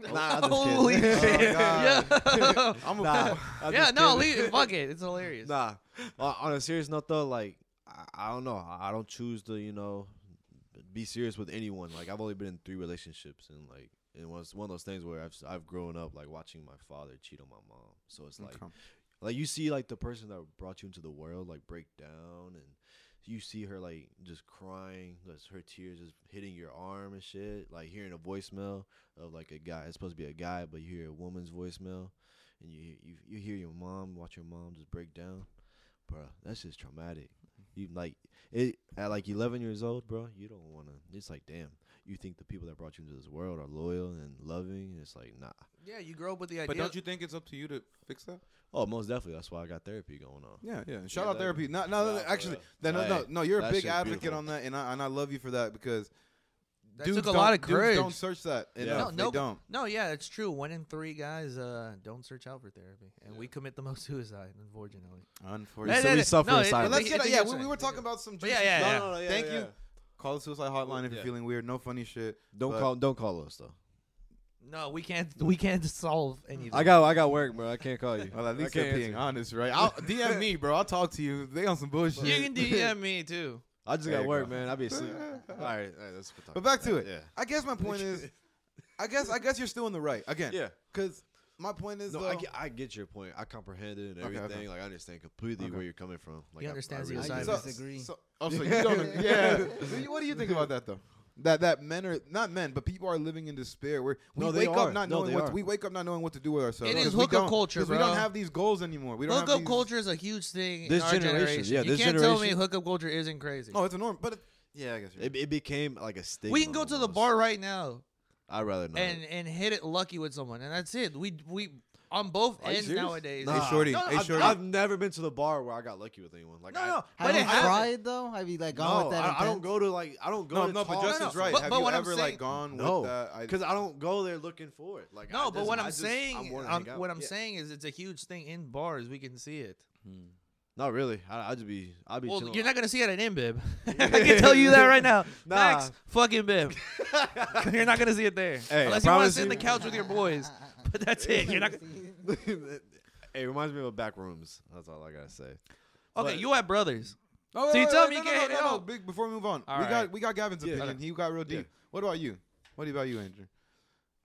S2: Holy shit!
S1: God.
S2: yeah,
S1: I'm a,
S4: Nah, I'm
S2: yeah.
S4: just
S2: No,
S4: kidding.
S2: leave, fuck it. It's hilarious.
S4: Nah. Uh, on a serious note, though, like I, I don't know. I, I don't choose to, you know, be serious with anyone. Like I've only been in three relationships, and like it was one of those things where I've s- I've grown up like watching my father cheat on my mom. So it's like
S1: Okay.
S4: like you see like the person that brought you into the world like break down and you see her like just crying just her tears just hitting your arm and shit like hearing a voicemail of like a guy it's supposed to be a guy but you hear a woman's voicemail and you you, you hear your mom watch your mom just break down bro that's just traumatic you like it at like 11 years old bro you don't want to it's like damn you think the people that brought you into this world are loyal and loving and it's like nah
S2: Yeah, you grow up with the idea.
S1: but don't you think it's up to you to fix that?
S4: oh most definitely that's why i got therapy going on
S1: Yeah, yeah. Shout out
S4: that-
S1: therapy. No, no, no,
S4: nah, for
S1: actually,
S4: real.
S1: no, no, no,
S4: Hey,
S1: no. You're a
S4: that
S1: big
S4: shit's
S1: advocate
S4: beautiful.
S1: on that, and I and I love you for that because
S2: That
S1: dudes
S2: took a
S1: don't-
S2: lot of
S1: dudes
S2: courage.
S1: Don't search that.
S4: Yeah.
S1: Enough.
S2: No, no,
S1: they don't.
S2: No, yeah, it's true. One in three guys uh, don't search out for therapy, and we commit the most suicide, unfortunately.
S1: Unfortunately.
S4: so we suffer in
S1: But
S4: silence.
S1: let's
S4: It-
S1: get yeah. We, we were talking about some.
S2: But yeah,
S1: juicy-
S2: yeah,
S1: no,
S2: yeah.
S1: no, no,
S4: yeah,
S1: Thank you.
S4: yeah.
S1: Call the suicide hotline if you're
S4: Yeah.
S1: feeling weird. No funny shit.
S4: Don't
S1: But-
S4: call. Don't call us though.
S2: No, we can't. We can't solve anything.
S4: I got. I got work, bro. I can't call you.
S1: Well, at least
S4: I
S1: they're
S4: can't
S1: being honest, right? I'll DM me, bro. I'll talk to you. They on some bullshit.
S2: You can DM me too.
S4: I just
S1: There
S4: got
S1: you
S4: work,
S1: go.
S4: man. I be asleep. all right, all right, that's what we're
S1: But
S4: talking
S1: back to
S4: about.
S1: it. I guess my point is, I guess I guess you're still in the right again.
S4: Yeah. Yeah.
S1: Because my point is
S4: No,
S1: though,
S4: I get, I get your point. I comprehend it and
S1: Okay, okay.
S4: everything. Like I understand completely
S1: Okay.
S4: where you're coming from. Like
S2: He
S4: I-
S2: understands
S4: I
S2: the
S4: really
S3: I
S2: assignment.
S1: So-
S4: do.
S3: disagree.
S1: So, oh, so you don't? yeah. Do you- What do you think about that though? That that men are not men, but people are living in despair. Where we
S4: No, they
S1: wake
S4: are.
S1: up not
S4: No,
S1: knowing
S4: they
S1: what
S4: are.
S1: we wake up not knowing what to do with ourselves.
S2: It is
S1: 'Cause we
S2: hookup
S1: don't-
S2: culture,
S1: 'cause We don't
S2: bro.
S1: have these goals anymore. We don't have
S2: Hookup
S1: these-
S2: culture is a huge thing in
S4: This
S2: our
S4: generation,
S2: generation.
S4: yeah,
S2: you
S4: this
S2: can't tell me
S4: generation-
S2: hookup culture isn't crazy.
S1: Oh, it's a norm, but it, yeah, I guess. You're
S4: It, it became like a stigma.
S2: we can go to the
S4: almost.
S2: bar right now
S4: I'd rather not.
S2: and and hit it lucky with someone, and that's it. We we on both
S4: Are you
S2: ends
S4: serious?
S2: nowadays.
S1: Nah. Hey, shorty, hey,
S4: I've,
S1: shorty.
S4: I've never been to the bar where I got lucky with anyone. Like
S2: No,
S4: I,
S2: no,
S3: Have
S2: but
S3: you
S2: it happened.
S3: tried though? Have you like gone
S4: no,
S3: with that?
S4: I, I don't
S3: intent?
S4: go to like I don't go.
S1: no,
S4: to
S1: no, but
S4: talk
S1: Justin's
S4: to
S1: right.
S2: But-
S1: have
S2: but
S1: you
S2: what I'm
S1: ever
S2: saying-
S1: like gone
S4: No,
S1: with that? I-
S4: because I don't go there looking for it. Like I
S2: No, but
S4: just-
S2: what
S4: I
S2: I'm
S4: just- I
S2: saying,
S4: wanna
S2: I'm,
S4: hang out.
S2: what I'm
S4: Yeah.
S2: saying is, it's a huge thing in bars. We can see it.
S4: not really. I, I just be, I be.
S2: Well,
S4: chilling.
S2: you're not gonna see it at InBib. I can tell you that right now.
S4: Nah.
S2: Max, fucking Bib. you're not gonna see it there
S4: Hey,
S2: unless
S4: I
S2: you want to
S4: promise
S2: sit in the
S4: you-
S2: couch with your boys. But that's it. You're not.
S4: hey, it reminds me of back rooms. That's all I gotta say.
S2: Okay,
S4: But-
S2: you have brothers.
S1: Oh, wait,
S2: So you
S1: wait,
S2: tell
S1: wait,
S2: me
S1: no,
S2: you
S1: no,
S2: can't
S1: no,
S2: hit
S1: no,
S2: it
S1: no,
S2: out.
S1: Big, before we move on,
S2: All
S1: we got
S2: right.
S1: we got Gavin's
S4: Yeah.
S1: opinion. He got real deep. What about you? What about you, Andrew?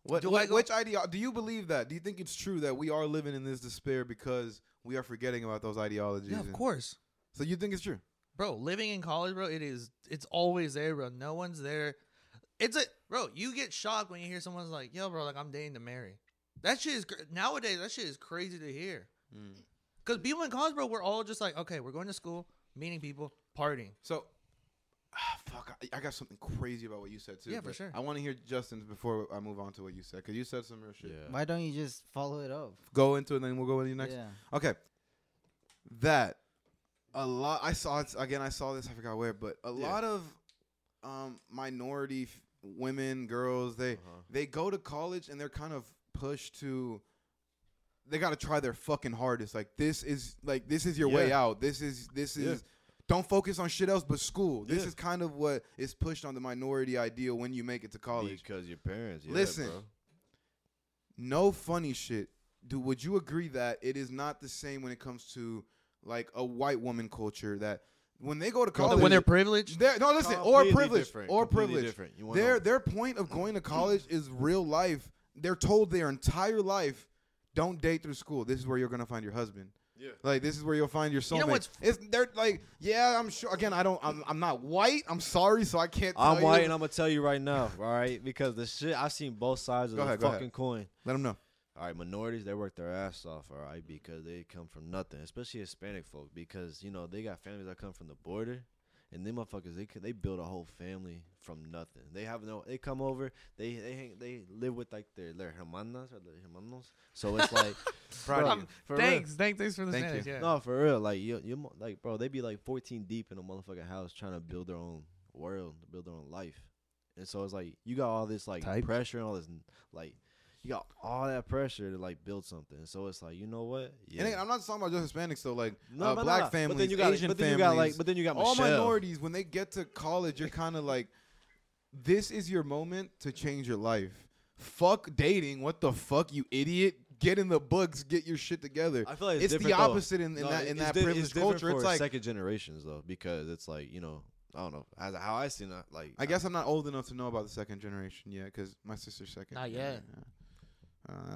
S1: What,
S2: Do I
S1: what
S2: go-
S1: which idea do you believe that? Do you think it's true that we are living in this despair because we are forgetting about those ideologies?
S2: Yeah, of
S1: and-
S2: course.
S1: So you think it's true?
S2: bro living in college bro it is it's always there bro no one's there it's a bro you get shocked when you hear someone's like yo bro like i'm dating to marry that shit is cr- nowadays that shit is crazy to hear
S1: Hmm.
S2: because people in college bro we're all just like okay we're going to school meeting people partying
S1: So, ah, fuck, I, I got something crazy about what you said too.
S2: Yeah, for
S1: but
S2: sure.
S1: I want to hear Justin's before I move on to what you said because you said some real shit.
S4: Yeah.
S3: Why don't you just follow it up?
S1: Go into it, and then we'll go into the next.
S3: Yeah.
S1: Okay. That a lot I saw it again I saw this I forgot where but a
S4: Yeah.
S1: lot of um minority f- women girls they
S4: Uh-huh.
S1: they go to college and they're kind of pushed to they got to try their fucking hardest like this is like this is your way
S4: Yeah.
S1: out this is this
S4: Yeah.
S1: is don't focus on shit else but school this
S4: Yeah.
S1: is kind of what is pushed on the minority idea when you make it to college
S4: Because your parents. Yeah,
S1: Listen.
S4: bro.
S1: no funny shit. Do would you agree that it is not the same when it comes to like a white woman culture that when they go to college
S2: when they're privileged
S1: they're- no listen or
S4: Completely
S1: privilege
S4: different,
S1: or
S4: completely
S1: privilege
S4: different. You wanna-
S1: their their point of going to college is real life. They're told their entire life don't date through school. This is where you're gonna find your husband.
S4: Yeah.
S1: Like this is where you'll find your soulmate.
S2: You know what's-
S1: it's they're like yeah I'm sure again I don't I'm, I'm not white I'm sorry so I can't.
S4: I'm
S1: tell
S4: white,
S1: you.
S4: and I'm gonna tell you right now, all right? Because the shit I've seen both sides of
S1: Go
S4: the
S1: ahead, go ahead.
S4: fucking coin.
S1: Let them know.
S4: All right, minorities they work their ass off, all right, because they come from nothing, especially Hispanic folk, because you know they got families that come from the border, and them motherfuckers they c- they build a whole family from nothing. They have no, they come over, they they hang, they live with like their their hermanas or their hermanos, so it's like,
S1: Proud of
S4: bro,
S1: you.
S4: for real.
S2: thanks thanks thanks for the
S1: Thank
S2: Spanish,
S1: you.
S2: yeah.
S4: No, for real. Like you, you mo- like bro, they be like 14 deep in a motherfucking house trying to build their own world, build their own life. And so it's like you got all this like
S2: Type.
S4: pressure and all this n- like you got all that pressure to like build something. So it's like, you know what? Yeah.
S1: And again, I'm not talking about just Hispanics though. Like
S4: No,
S1: uh,
S4: but
S1: black
S4: nah.
S1: families,
S4: but then you got,
S1: Asian
S4: but then
S1: families,
S4: you got like but then you got
S1: all
S4: Michelle.
S1: minorities when they get to college you're kind of like this is your moment to change your life fuck dating what the fuck you idiot get in the books get your shit together
S4: I feel like it's,
S1: it's, the
S4: different, though.
S1: opposite in, in
S4: No,
S1: that
S4: it-
S1: in
S4: it's
S1: that
S4: di- it's
S1: privileged
S4: different
S1: culture it's
S4: for
S1: like
S4: second generations though because it's like, you know, I don't know. As how I seen that like
S1: i guess i'm not old enough to know about the second generation yet because my sister's second
S2: Not yet.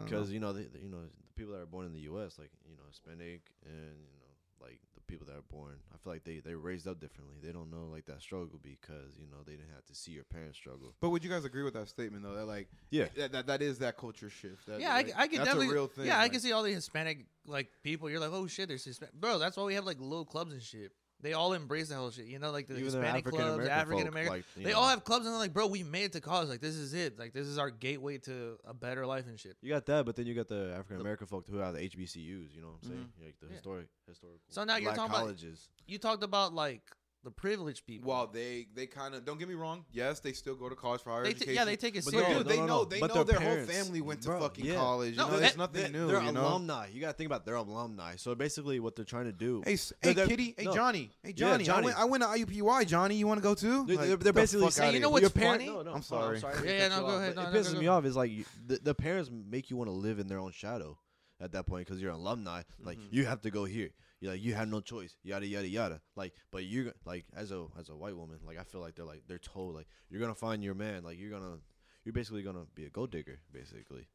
S4: because you know the, the- you know the people that are born in the U.S. like you know Hispanic and you know like the people that are born, I feel like they they raised up differently. They don't know like that struggle because you know they didn't have to see your parents struggle.
S1: but would you guys agree with that statement though that like
S4: Yeah,
S1: that that, that is that culture shift that,
S2: yeah, I,
S1: like,
S2: I can
S1: that's
S2: definitely.
S1: a real thing
S2: yeah, I
S1: like-
S2: can see all the Hispanic like people. You're like, oh shit, there's Hispanic, bro. That's why we have like little clubs and shit. They all embrace the whole shit. You know, like the
S4: Even the
S2: Hispanic clubs,
S4: African-American
S2: African
S4: folk,
S2: American.
S4: like, you
S2: they all
S4: know.
S2: have clubs, and they're like, bro, we made it to college. Like this is it. Like this is our gateway to a better life and shit.
S4: you got that, but then you got the African American folk who have the HBCUs. You know what I'm saying? Like
S2: Mm-hmm.
S4: the
S2: Yeah.
S4: historic historical.
S2: So now you're
S4: black
S2: talking about-
S4: colleges.
S2: You talked about like the privileged people.
S1: while they they kind of don't get me wrong yes they still go to college for higher
S2: They t-
S1: education
S2: yeah, they take it
S4: But
S1: But
S2: serious.
S1: dude, they
S4: no,
S1: know
S4: no.
S1: they
S4: But
S1: know their,
S4: their
S1: whole
S4: parents,
S1: family went to
S4: bro,
S1: fucking
S4: yeah.
S1: college.
S2: No,
S1: you know,
S2: Oh, that-
S1: there's nothing
S4: They-
S1: new.
S4: They're
S1: you know?
S4: alumni. You got to think about their alumni. So basically, what they're trying to do.
S1: Hey, s-
S4: They're-
S1: hey,
S4: they're-
S1: Kitty. Hey,
S4: no.
S1: Johnny. Hey,
S4: Yeah,
S1: Johnny.
S4: Johnny.
S1: I, went, I went to IUPUI. Johnny, you want to go too?
S4: They're,
S1: Like,
S4: they're,
S1: get
S4: they're
S1: the
S4: basically
S1: fuck
S4: saying,
S1: outta
S2: You know
S1: here.
S2: what's
S4: your parent-
S2: funny?
S4: No, no,
S1: I'm
S4: I'm sorry.
S1: sorry.
S4: to
S2: Yeah,
S4: cut
S2: yeah,
S4: you
S2: no, go
S4: off,
S2: ahead.
S4: but
S2: No,
S4: It
S2: no,
S4: pisses
S2: go-
S4: me
S2: go.
S4: off. Is like you- the, the parents make you want to live in their own shadow at that point because you're an alumni. Like
S2: Mm-hmm.
S4: you have to go here. You're like you have no choice. Yada yada yada. Like, but you're go- like as a as a white woman, like I feel like they're like they're told like you're gonna find your man. Like you're gonna you're basically gonna be a gold digger basically.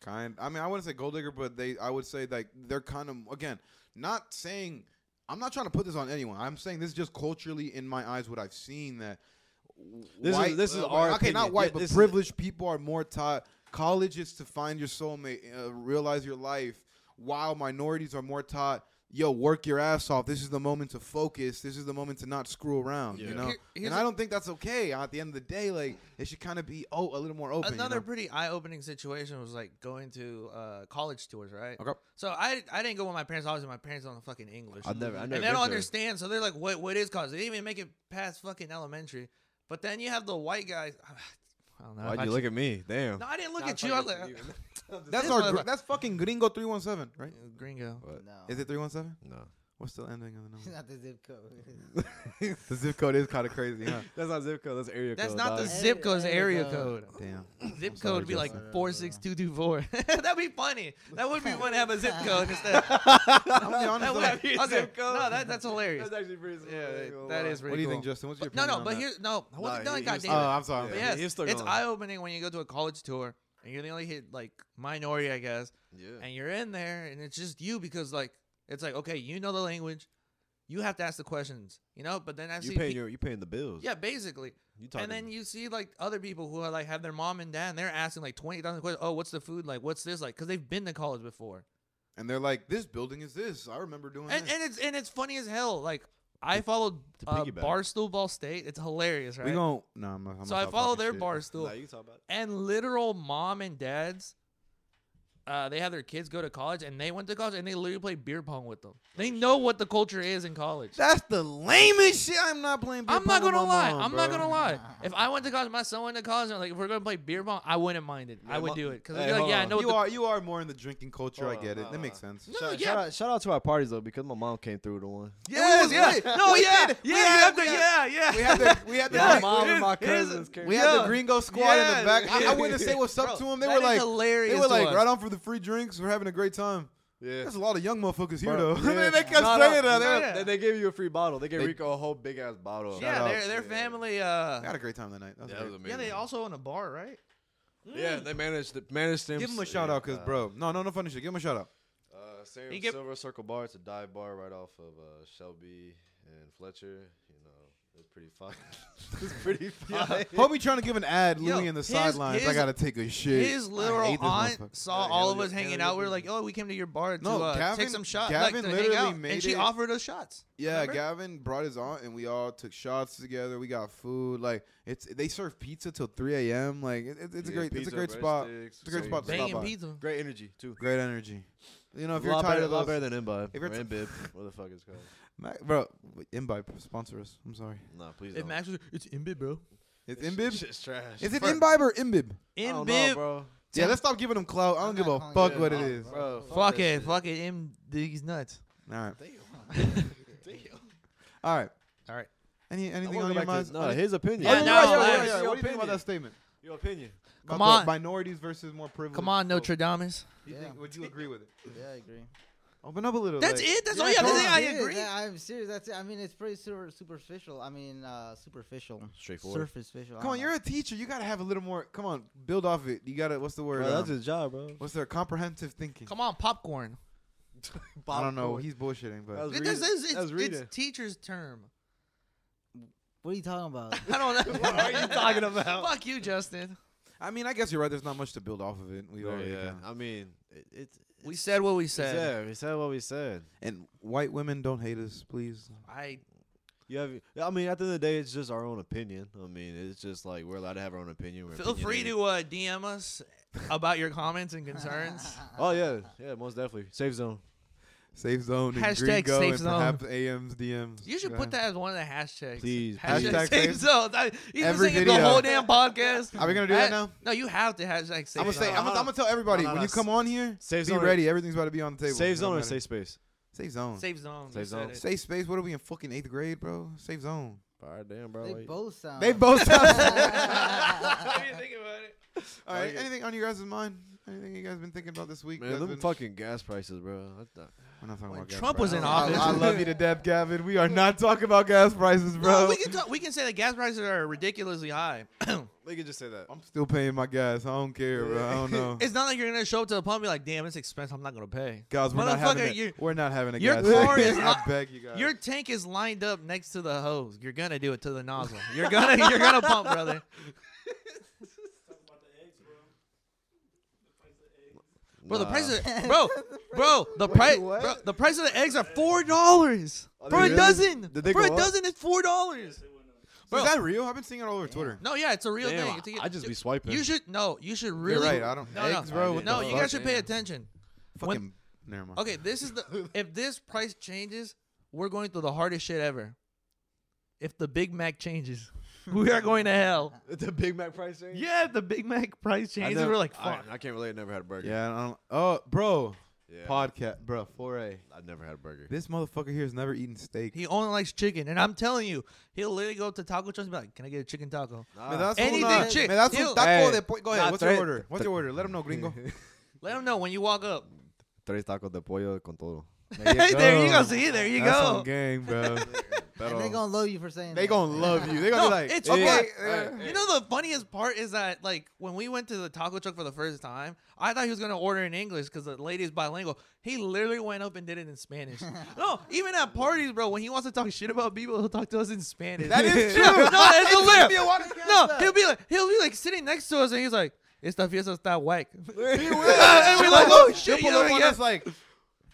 S1: Kind. I mean, I wouldn't say gold digger, but they. I would say like they're kind of again. Not saying. I'm not trying to put this on anyone. I'm saying this is just culturally in my eyes what I've seen that. uh,
S4: This is- this is our
S1: okay, not
S4: opinion.
S1: white,
S4: Th-
S1: but
S4: this is-
S1: privileged people are more taught. College is to find your soulmate, uh, realize your life. While minorities are more taught, yo, work your ass off. This is the moment to focus. This is the moment to not screw around.
S4: Yeah.
S1: You know,
S2: Here- here's
S1: and I
S2: a-
S1: don't think that's okay. At the end of the day, like it should kind of be oh a little more open. you
S2: Another
S1: know?
S2: pretty eye-opening situation was like going to uh, college tours, right?
S1: Okay.
S2: So I I didn't go with my parents. Obviously, my parents don't know fucking English.
S4: I've never, I never.
S2: and they don't
S4: been to-
S2: understand. So they're like, "What? What is college?" They didn't even make it past fucking elementary. But then you have the white guys. I don't know.
S4: Why'd
S2: about
S4: you look at me? Damn.
S2: No, I didn't look
S3: Nah,
S2: at you. I
S3: fuck
S2: was
S3: it,
S2: like,
S3: you-
S1: That's
S2: This
S1: our. Gr-
S2: motherfucker-
S1: that's fucking Gringo three one seven, right?
S2: uh, gringo.
S4: What?
S3: No.
S1: Is it three one seven?
S4: No.
S1: What's the ending of the number?
S3: not the zip code.
S1: the zip code is kind of crazy, huh?
S4: That's not zip code. That's area
S2: That's
S4: code.
S2: not the
S4: dog.
S3: Area-
S2: zip code. It's the area
S3: area
S2: code.
S3: code.
S1: Damn.
S2: Zip
S4: sorry,
S2: code would be like
S3: Justin.
S2: four six two two four. That'd be funny. That would be fun to have a zip code instead.
S1: I'm gonna be honest.
S2: that
S1: though.
S2: would have
S4: Your
S2: a
S4: zip
S2: zip code. No, that, that's hilarious.
S4: That's actually pretty.
S2: Yeah, that- that is
S1: what
S2: really.
S1: do you
S2: cool.
S1: think, Justin? What's your
S2: But- no,
S1: opinion
S2: no,
S1: on
S2: but
S1: that?
S2: here, no, I wasn't
S4: Nah,
S2: done.
S4: he- he was
S2: goddamn
S1: Oh,
S2: it.
S1: I'm sorry.
S2: But
S4: Yeah,
S2: yes,
S4: he was
S2: it's
S4: still going.
S2: eye opening when you go to a college tour and you're the only hit like minority, I guess,
S4: Yeah.
S2: and you're in there and it's just you because like it's like okay, you know the language, you have to ask the questions, you know. But then I
S4: You
S2: see,
S4: paying
S2: pe-
S4: your, you paying the bills.
S2: yeah, basically,
S4: You talking?
S2: and then you see like other people who are like have their mom and dad and they're asking like twenty thousand questions. Oh, what's the food like? What's this like? Because they've been to college before,
S1: And they're like, this building is this. I remember doing
S2: and
S1: this.
S2: and it's and it's funny as hell. Like I followed
S4: to
S2: uh,
S4: piggyback.
S2: Barstool Ball State. It's hilarious,
S1: We
S2: right?
S1: gon' no, I'm not. I'm
S2: so
S1: not
S2: I follow
S1: talking
S2: their
S1: shit.
S2: Barstool.
S4: Nah, you talk about. It.
S2: and literal mom and dads uh, they have their kids go to college and they went to college and they literally play beer pong with them they know what the culture is in college
S1: That's the lamest shit. I'm not playing. beer
S2: i'm not
S1: pong with
S2: gonna
S1: my
S2: lie
S1: mom,
S2: i'm
S1: bro.
S2: not gonna lie if i went to college my son went to college and like if we're gonna play beer pong i wouldn't mind it i
S4: Yeah,
S2: would
S4: mo-
S2: do it because
S4: Hey,
S2: i'd be like
S4: hold
S2: yeah i
S4: on.
S2: know what
S1: You
S2: the-
S1: are you are more in the drinking culture. I
S4: Hold on,
S1: get it.
S4: hold
S1: That
S4: on.
S1: makes sense.
S2: no
S4: Shout,
S2: yeah
S4: shout out, shout out to our parties though, because my mom came through to one.
S2: yes
S1: was
S2: yeah
S1: lit.
S2: no
S1: We
S2: yeah
S1: did. We
S2: yeah
S1: had-
S2: yeah
S1: we
S2: yeah yeah
S1: We had the we had the
S2: Yeah,
S4: my mom
S2: here's-
S4: and my
S2: here's-
S4: cousins came.
S1: We had
S2: Yeah.
S1: the Gringo squad in
S2: Yeah.
S1: the back. I, I wouldn't say what's up
S2: Bro,
S1: to them. They
S2: that
S1: were
S2: is
S1: like,
S2: hilarious
S1: they were
S2: to
S1: like,
S2: us.
S1: right on for the free drinks. We're having a great time.
S4: Yeah.
S1: There's a lot of young motherfuckers here
S4: Bro,
S1: though.
S4: yeah.
S1: they kept
S4: No, no,
S1: saying that. They
S2: no,
S1: were-
S2: yeah.
S4: They, they gave you a free bottle. They gave
S1: They-
S4: Rico a whole big ass bottle. of
S2: yeah
S1: out.
S2: their, their
S4: Yeah.
S2: family
S1: I
S2: uh
S1: had a great time that night. That was
S4: That
S1: great.
S4: was amazing.
S2: yeah they also own a bar right
S4: Yeah, they managed to managed to
S1: Give him a shout out, cause bro, no, no, no funny shit. Give him a shout out.
S4: Uh, Sam
S2: He get-
S4: Silver Circle Bar. It's a dive bar right off of uh, Shelby and Fletcher. You know, it's pretty fun. it's pretty fun.
S1: Homie trying to give an ad,
S2: Yo,
S1: Louis in the
S2: his-
S1: sidelines. I
S2: his-
S1: gotta take a shit.
S2: His
S1: I
S2: literal
S1: hate this motherfucker.
S2: aunt saw
S4: Yeah,
S2: all
S4: Hannah
S2: of us
S4: Gil-
S2: hanging
S4: Hannah
S2: out. We were
S4: Gilbert.
S2: like, "Oh, we came to your bar to
S1: No,
S2: uh,
S1: Gavin-
S2: take some shots."
S1: Gavin
S2: like, to hang
S1: literally
S2: out,
S1: made
S2: and she
S1: it-
S2: offered us shots.
S1: Yeah,
S2: Remember?
S1: Gavin brought his aunt, and we all took shots together. We got food. Like it's they serve pizza till 3 a.m. Like it, it's it's a great it's a great spot. a great spot to stop
S2: Banging
S1: by.
S2: pizza.
S4: Great energy too.
S1: Great energy. You know if
S4: a
S1: you're
S4: lot
S1: tired
S4: better,
S1: of
S4: lot
S1: those,
S4: better than Imbibe.
S1: if
S4: If
S1: you're
S4: you're
S1: t-
S4: Imbib, what the fuck is called?
S1: Mac, bro, Imbibe sponsor us. I'm sorry.
S4: Nah, please
S2: If
S4: don't.
S2: Max was, it's Imbib, bro.
S1: It's
S4: That shit-
S1: Imbib.
S4: Shit's trash.
S1: Is it
S4: Fuck.
S1: Imbibe or Imbib?
S4: I don't know,
S2: Imbib.
S4: bro.
S1: Yeah, let's stop giving them clout. I don't
S3: I'm
S1: give
S3: not
S1: a
S3: calling
S1: fuck
S4: it
S1: what it
S4: Imbibe,
S1: is. All
S4: Bro,
S2: Fuck
S4: that
S2: it,
S4: shit.
S2: fuck it. Im, he's nuts.
S1: right,
S4: Damn.
S1: all right.
S2: All right.
S1: Any
S4: I
S1: anything
S4: wanna
S1: on
S4: go
S1: your
S4: back
S1: mind?
S4: to- No, his opinion.
S2: Yeah,
S1: Oh, yeah,
S2: now it's
S1: yeah, yeah,
S2: last.
S1: yeah, What do
S4: Your
S1: you think about
S4: opinion.
S1: that statement?
S4: Your opinion.
S2: Come
S1: About the
S2: on.
S1: minorities versus more privileged.
S2: Come on,
S1: folks.
S2: Notre Dame.
S1: You
S3: Yeah.
S1: think, would you agree with it?
S3: yeah, I agree.
S1: Open up a little.
S2: That's
S1: like-
S2: it. That's all you have to
S1: come
S2: say.
S1: on,
S2: I
S3: it is.
S2: agree.
S3: Yeah, I'm serious. That's it. I mean, it's pretty super superficial. I mean, uh, superficial.
S4: Straightforward.
S3: Surface visual. I
S1: Come on,
S3: don't
S1: you're
S3: know.
S1: a teacher. You gotta have a little more. Come on, build off it. You gotta. What's the word?
S4: Bro, that's
S1: Um,
S4: his job, bro.
S1: what's their comprehensive thinking?
S2: Come on, popcorn.
S1: I don't know. He's bullshitting, but
S4: That was-
S2: This
S4: reading-
S2: is- this is-
S4: I was
S2: it's,
S4: reading.
S2: it's teacher's term.
S3: What are you talking about?
S2: I don't know.
S4: What are you talking about?
S2: Fuck you, Justin.
S1: I mean, I guess you're right. There's not much to build off of it. We
S4: Yeah,
S1: already
S4: yeah.
S1: kinda-
S4: I mean, it, it's
S2: We said what we said.
S4: yeah. We said what we said.
S1: And white women don't hate us, please.
S2: I
S4: You have. I mean, at the end of the day, it's just our own opinion. I mean, it's just like we're allowed to have our own opinion. We're
S2: feel free
S4: opinionated.
S2: to uh, DM us about your comments and concerns.
S4: Oh yeah, yeah, most definitely. Safe zone.
S1: Safe zone. And
S2: Hashtag
S1: Gringo
S2: safe
S1: and
S2: zone.
S1: Perhaps AMs DMs.
S2: You should
S1: Go
S2: put
S1: ahead.
S2: that as one of the hashtags.
S4: Please,
S2: hashtag
S1: please.
S2: save
S1: Hashtag
S2: zones. I- He's
S1: Every
S2: been singing the
S1: video.
S2: whole damn podcast.
S1: Are we gonna do that
S2: Ha-
S1: now?
S2: No, you have to hashtag save
S1: I'm gonna
S2: zones.
S1: say.
S4: No,
S1: I'm
S4: no,
S1: gonna, I'm gonna tell everybody
S4: no, no,
S1: when you
S4: no.
S1: come on here.
S4: Safe
S1: Be
S4: zone.
S1: ready. Everything's about to be on the table.
S4: Safe
S1: No
S4: zone or
S1: matter.
S4: safe space.
S1: Safe zone.
S2: Safe zones.
S4: Safe
S2: you said
S4: zones.
S2: it.
S1: Safe space. What are we in fucking eighth grade, bro? Safe zone.
S4: All right, damn, bro.
S3: they
S4: Wait.
S3: both
S2: Uh,
S3: sound.
S1: They both. All
S2: What do you think about it?
S1: right.
S4: Like it.
S1: Anything on your guys' mind? Anything you guys been thinking about this week?
S4: Man,
S1: that's
S4: them
S1: been-
S4: fucking gas prices, bro. That's not-
S1: We're not talking
S2: When
S1: about gas
S2: Trump was
S1: prices.
S2: in
S1: I-
S2: office-
S1: I, love you to death, Gavin. We are not talking about gas prices, bro.
S2: No, we can talk, we can say that gas prices are ridiculously high.
S4: They could just say that.
S1: I'm still paying my gas. I don't care, bro. I don't know.
S2: it's not like you're gonna show up to a pump and be like, damn, it's expensive. I'm not gonna pay.
S1: Guys, we're not having
S2: Motherfucker,
S1: a,
S2: you-
S1: we're not having a
S2: your
S1: gas.
S2: car
S1: leak.
S2: is
S1: I
S2: not-
S1: beg you guys.
S2: Your tank is lined up next to the hose. You're gonna do it to the nozzle. You're gonna you're gonna pump, brother. Bro, the
S4: Nah.
S2: price of bro, bro, the
S4: Wait,
S2: price,
S4: what?
S2: bro, the price of the eggs are four dollars
S4: Oh,
S2: for
S4: they
S2: a
S4: really-
S2: dozen.
S4: did they
S2: For a
S4: go up?
S2: dozen, it's four dollars. Bro,
S1: is that real? I've been seeing it all over Twitter.
S2: no, yeah, it's a real
S4: Damn,
S2: thing. It's a-
S4: I, I just be swiping.
S2: you should no, you should
S1: You're
S2: really
S1: right. I don't.
S2: no,
S1: eggs,
S2: no,
S1: bro.
S4: I
S1: what
S4: did
S2: no,
S1: the
S2: you
S1: fuck?
S2: guys should pay
S5: Damn.
S2: attention. when-
S1: Fucking. Never mind.
S2: Okay, this is the if this price changes, we're going through the hardest shit ever. If the Big Mac changes, we are going to hell.
S4: the Big Mac price range?
S2: Yeah, if the Big Mac price
S4: I
S2: changes,
S4: never-
S2: we're like,
S4: I-
S2: fuck.
S4: I, can't relate. I never had a burger.
S1: Yeah. I don't, oh, bro.
S4: Yeah.
S1: Podcast, bro. Foray.
S4: I never had a burger.
S1: This motherfucker here has never eaten steak.
S2: he only likes chicken, and I'm telling you, he'll literally go up to taco trucks and be like, "Can I get a chicken taco?"
S4: Nah.
S1: Me das
S2: Anything
S1: una-
S2: chick-
S1: me das un
S2: Ew.
S1: taco
S4: Hey,
S1: de pollo. Go ahead.
S4: nah,
S1: What's your
S4: tre-
S1: order? What's
S4: tre-
S1: your order? Let him know, gringo.
S2: Let him know when you walk up.
S4: Tres tacos de pollo con todo.
S2: There you go. See, there you
S1: That's
S2: go.
S1: on gang, bro.
S3: And they're gonna love you for saying
S1: They
S3: that.
S1: gonna love you. They gonna
S2: No,
S1: be like,
S2: it's
S1: okay.
S2: fun.
S1: eh.
S2: You know the funniest part is that like when we went to the taco truck for the first time, I thought he was gonna order in English because the lady's bilingual. He literally went up and did it in Spanish. no, even at parties, bro, when he wants to talk shit about people, he'll talk to us in Spanish.
S1: That is
S2: no,
S1: true.
S2: that's
S1: It took me a
S2: hilarious.
S1: while to catch
S2: No,
S1: that.
S2: he'll be like he'll be like sitting next to us and he's like, "Esta fiesta está whack." and
S1: He will.
S2: we're like, "Oh shit!"
S1: He'll
S2: You
S1: pull
S2: know,
S1: up on
S2: yeah.
S1: us like,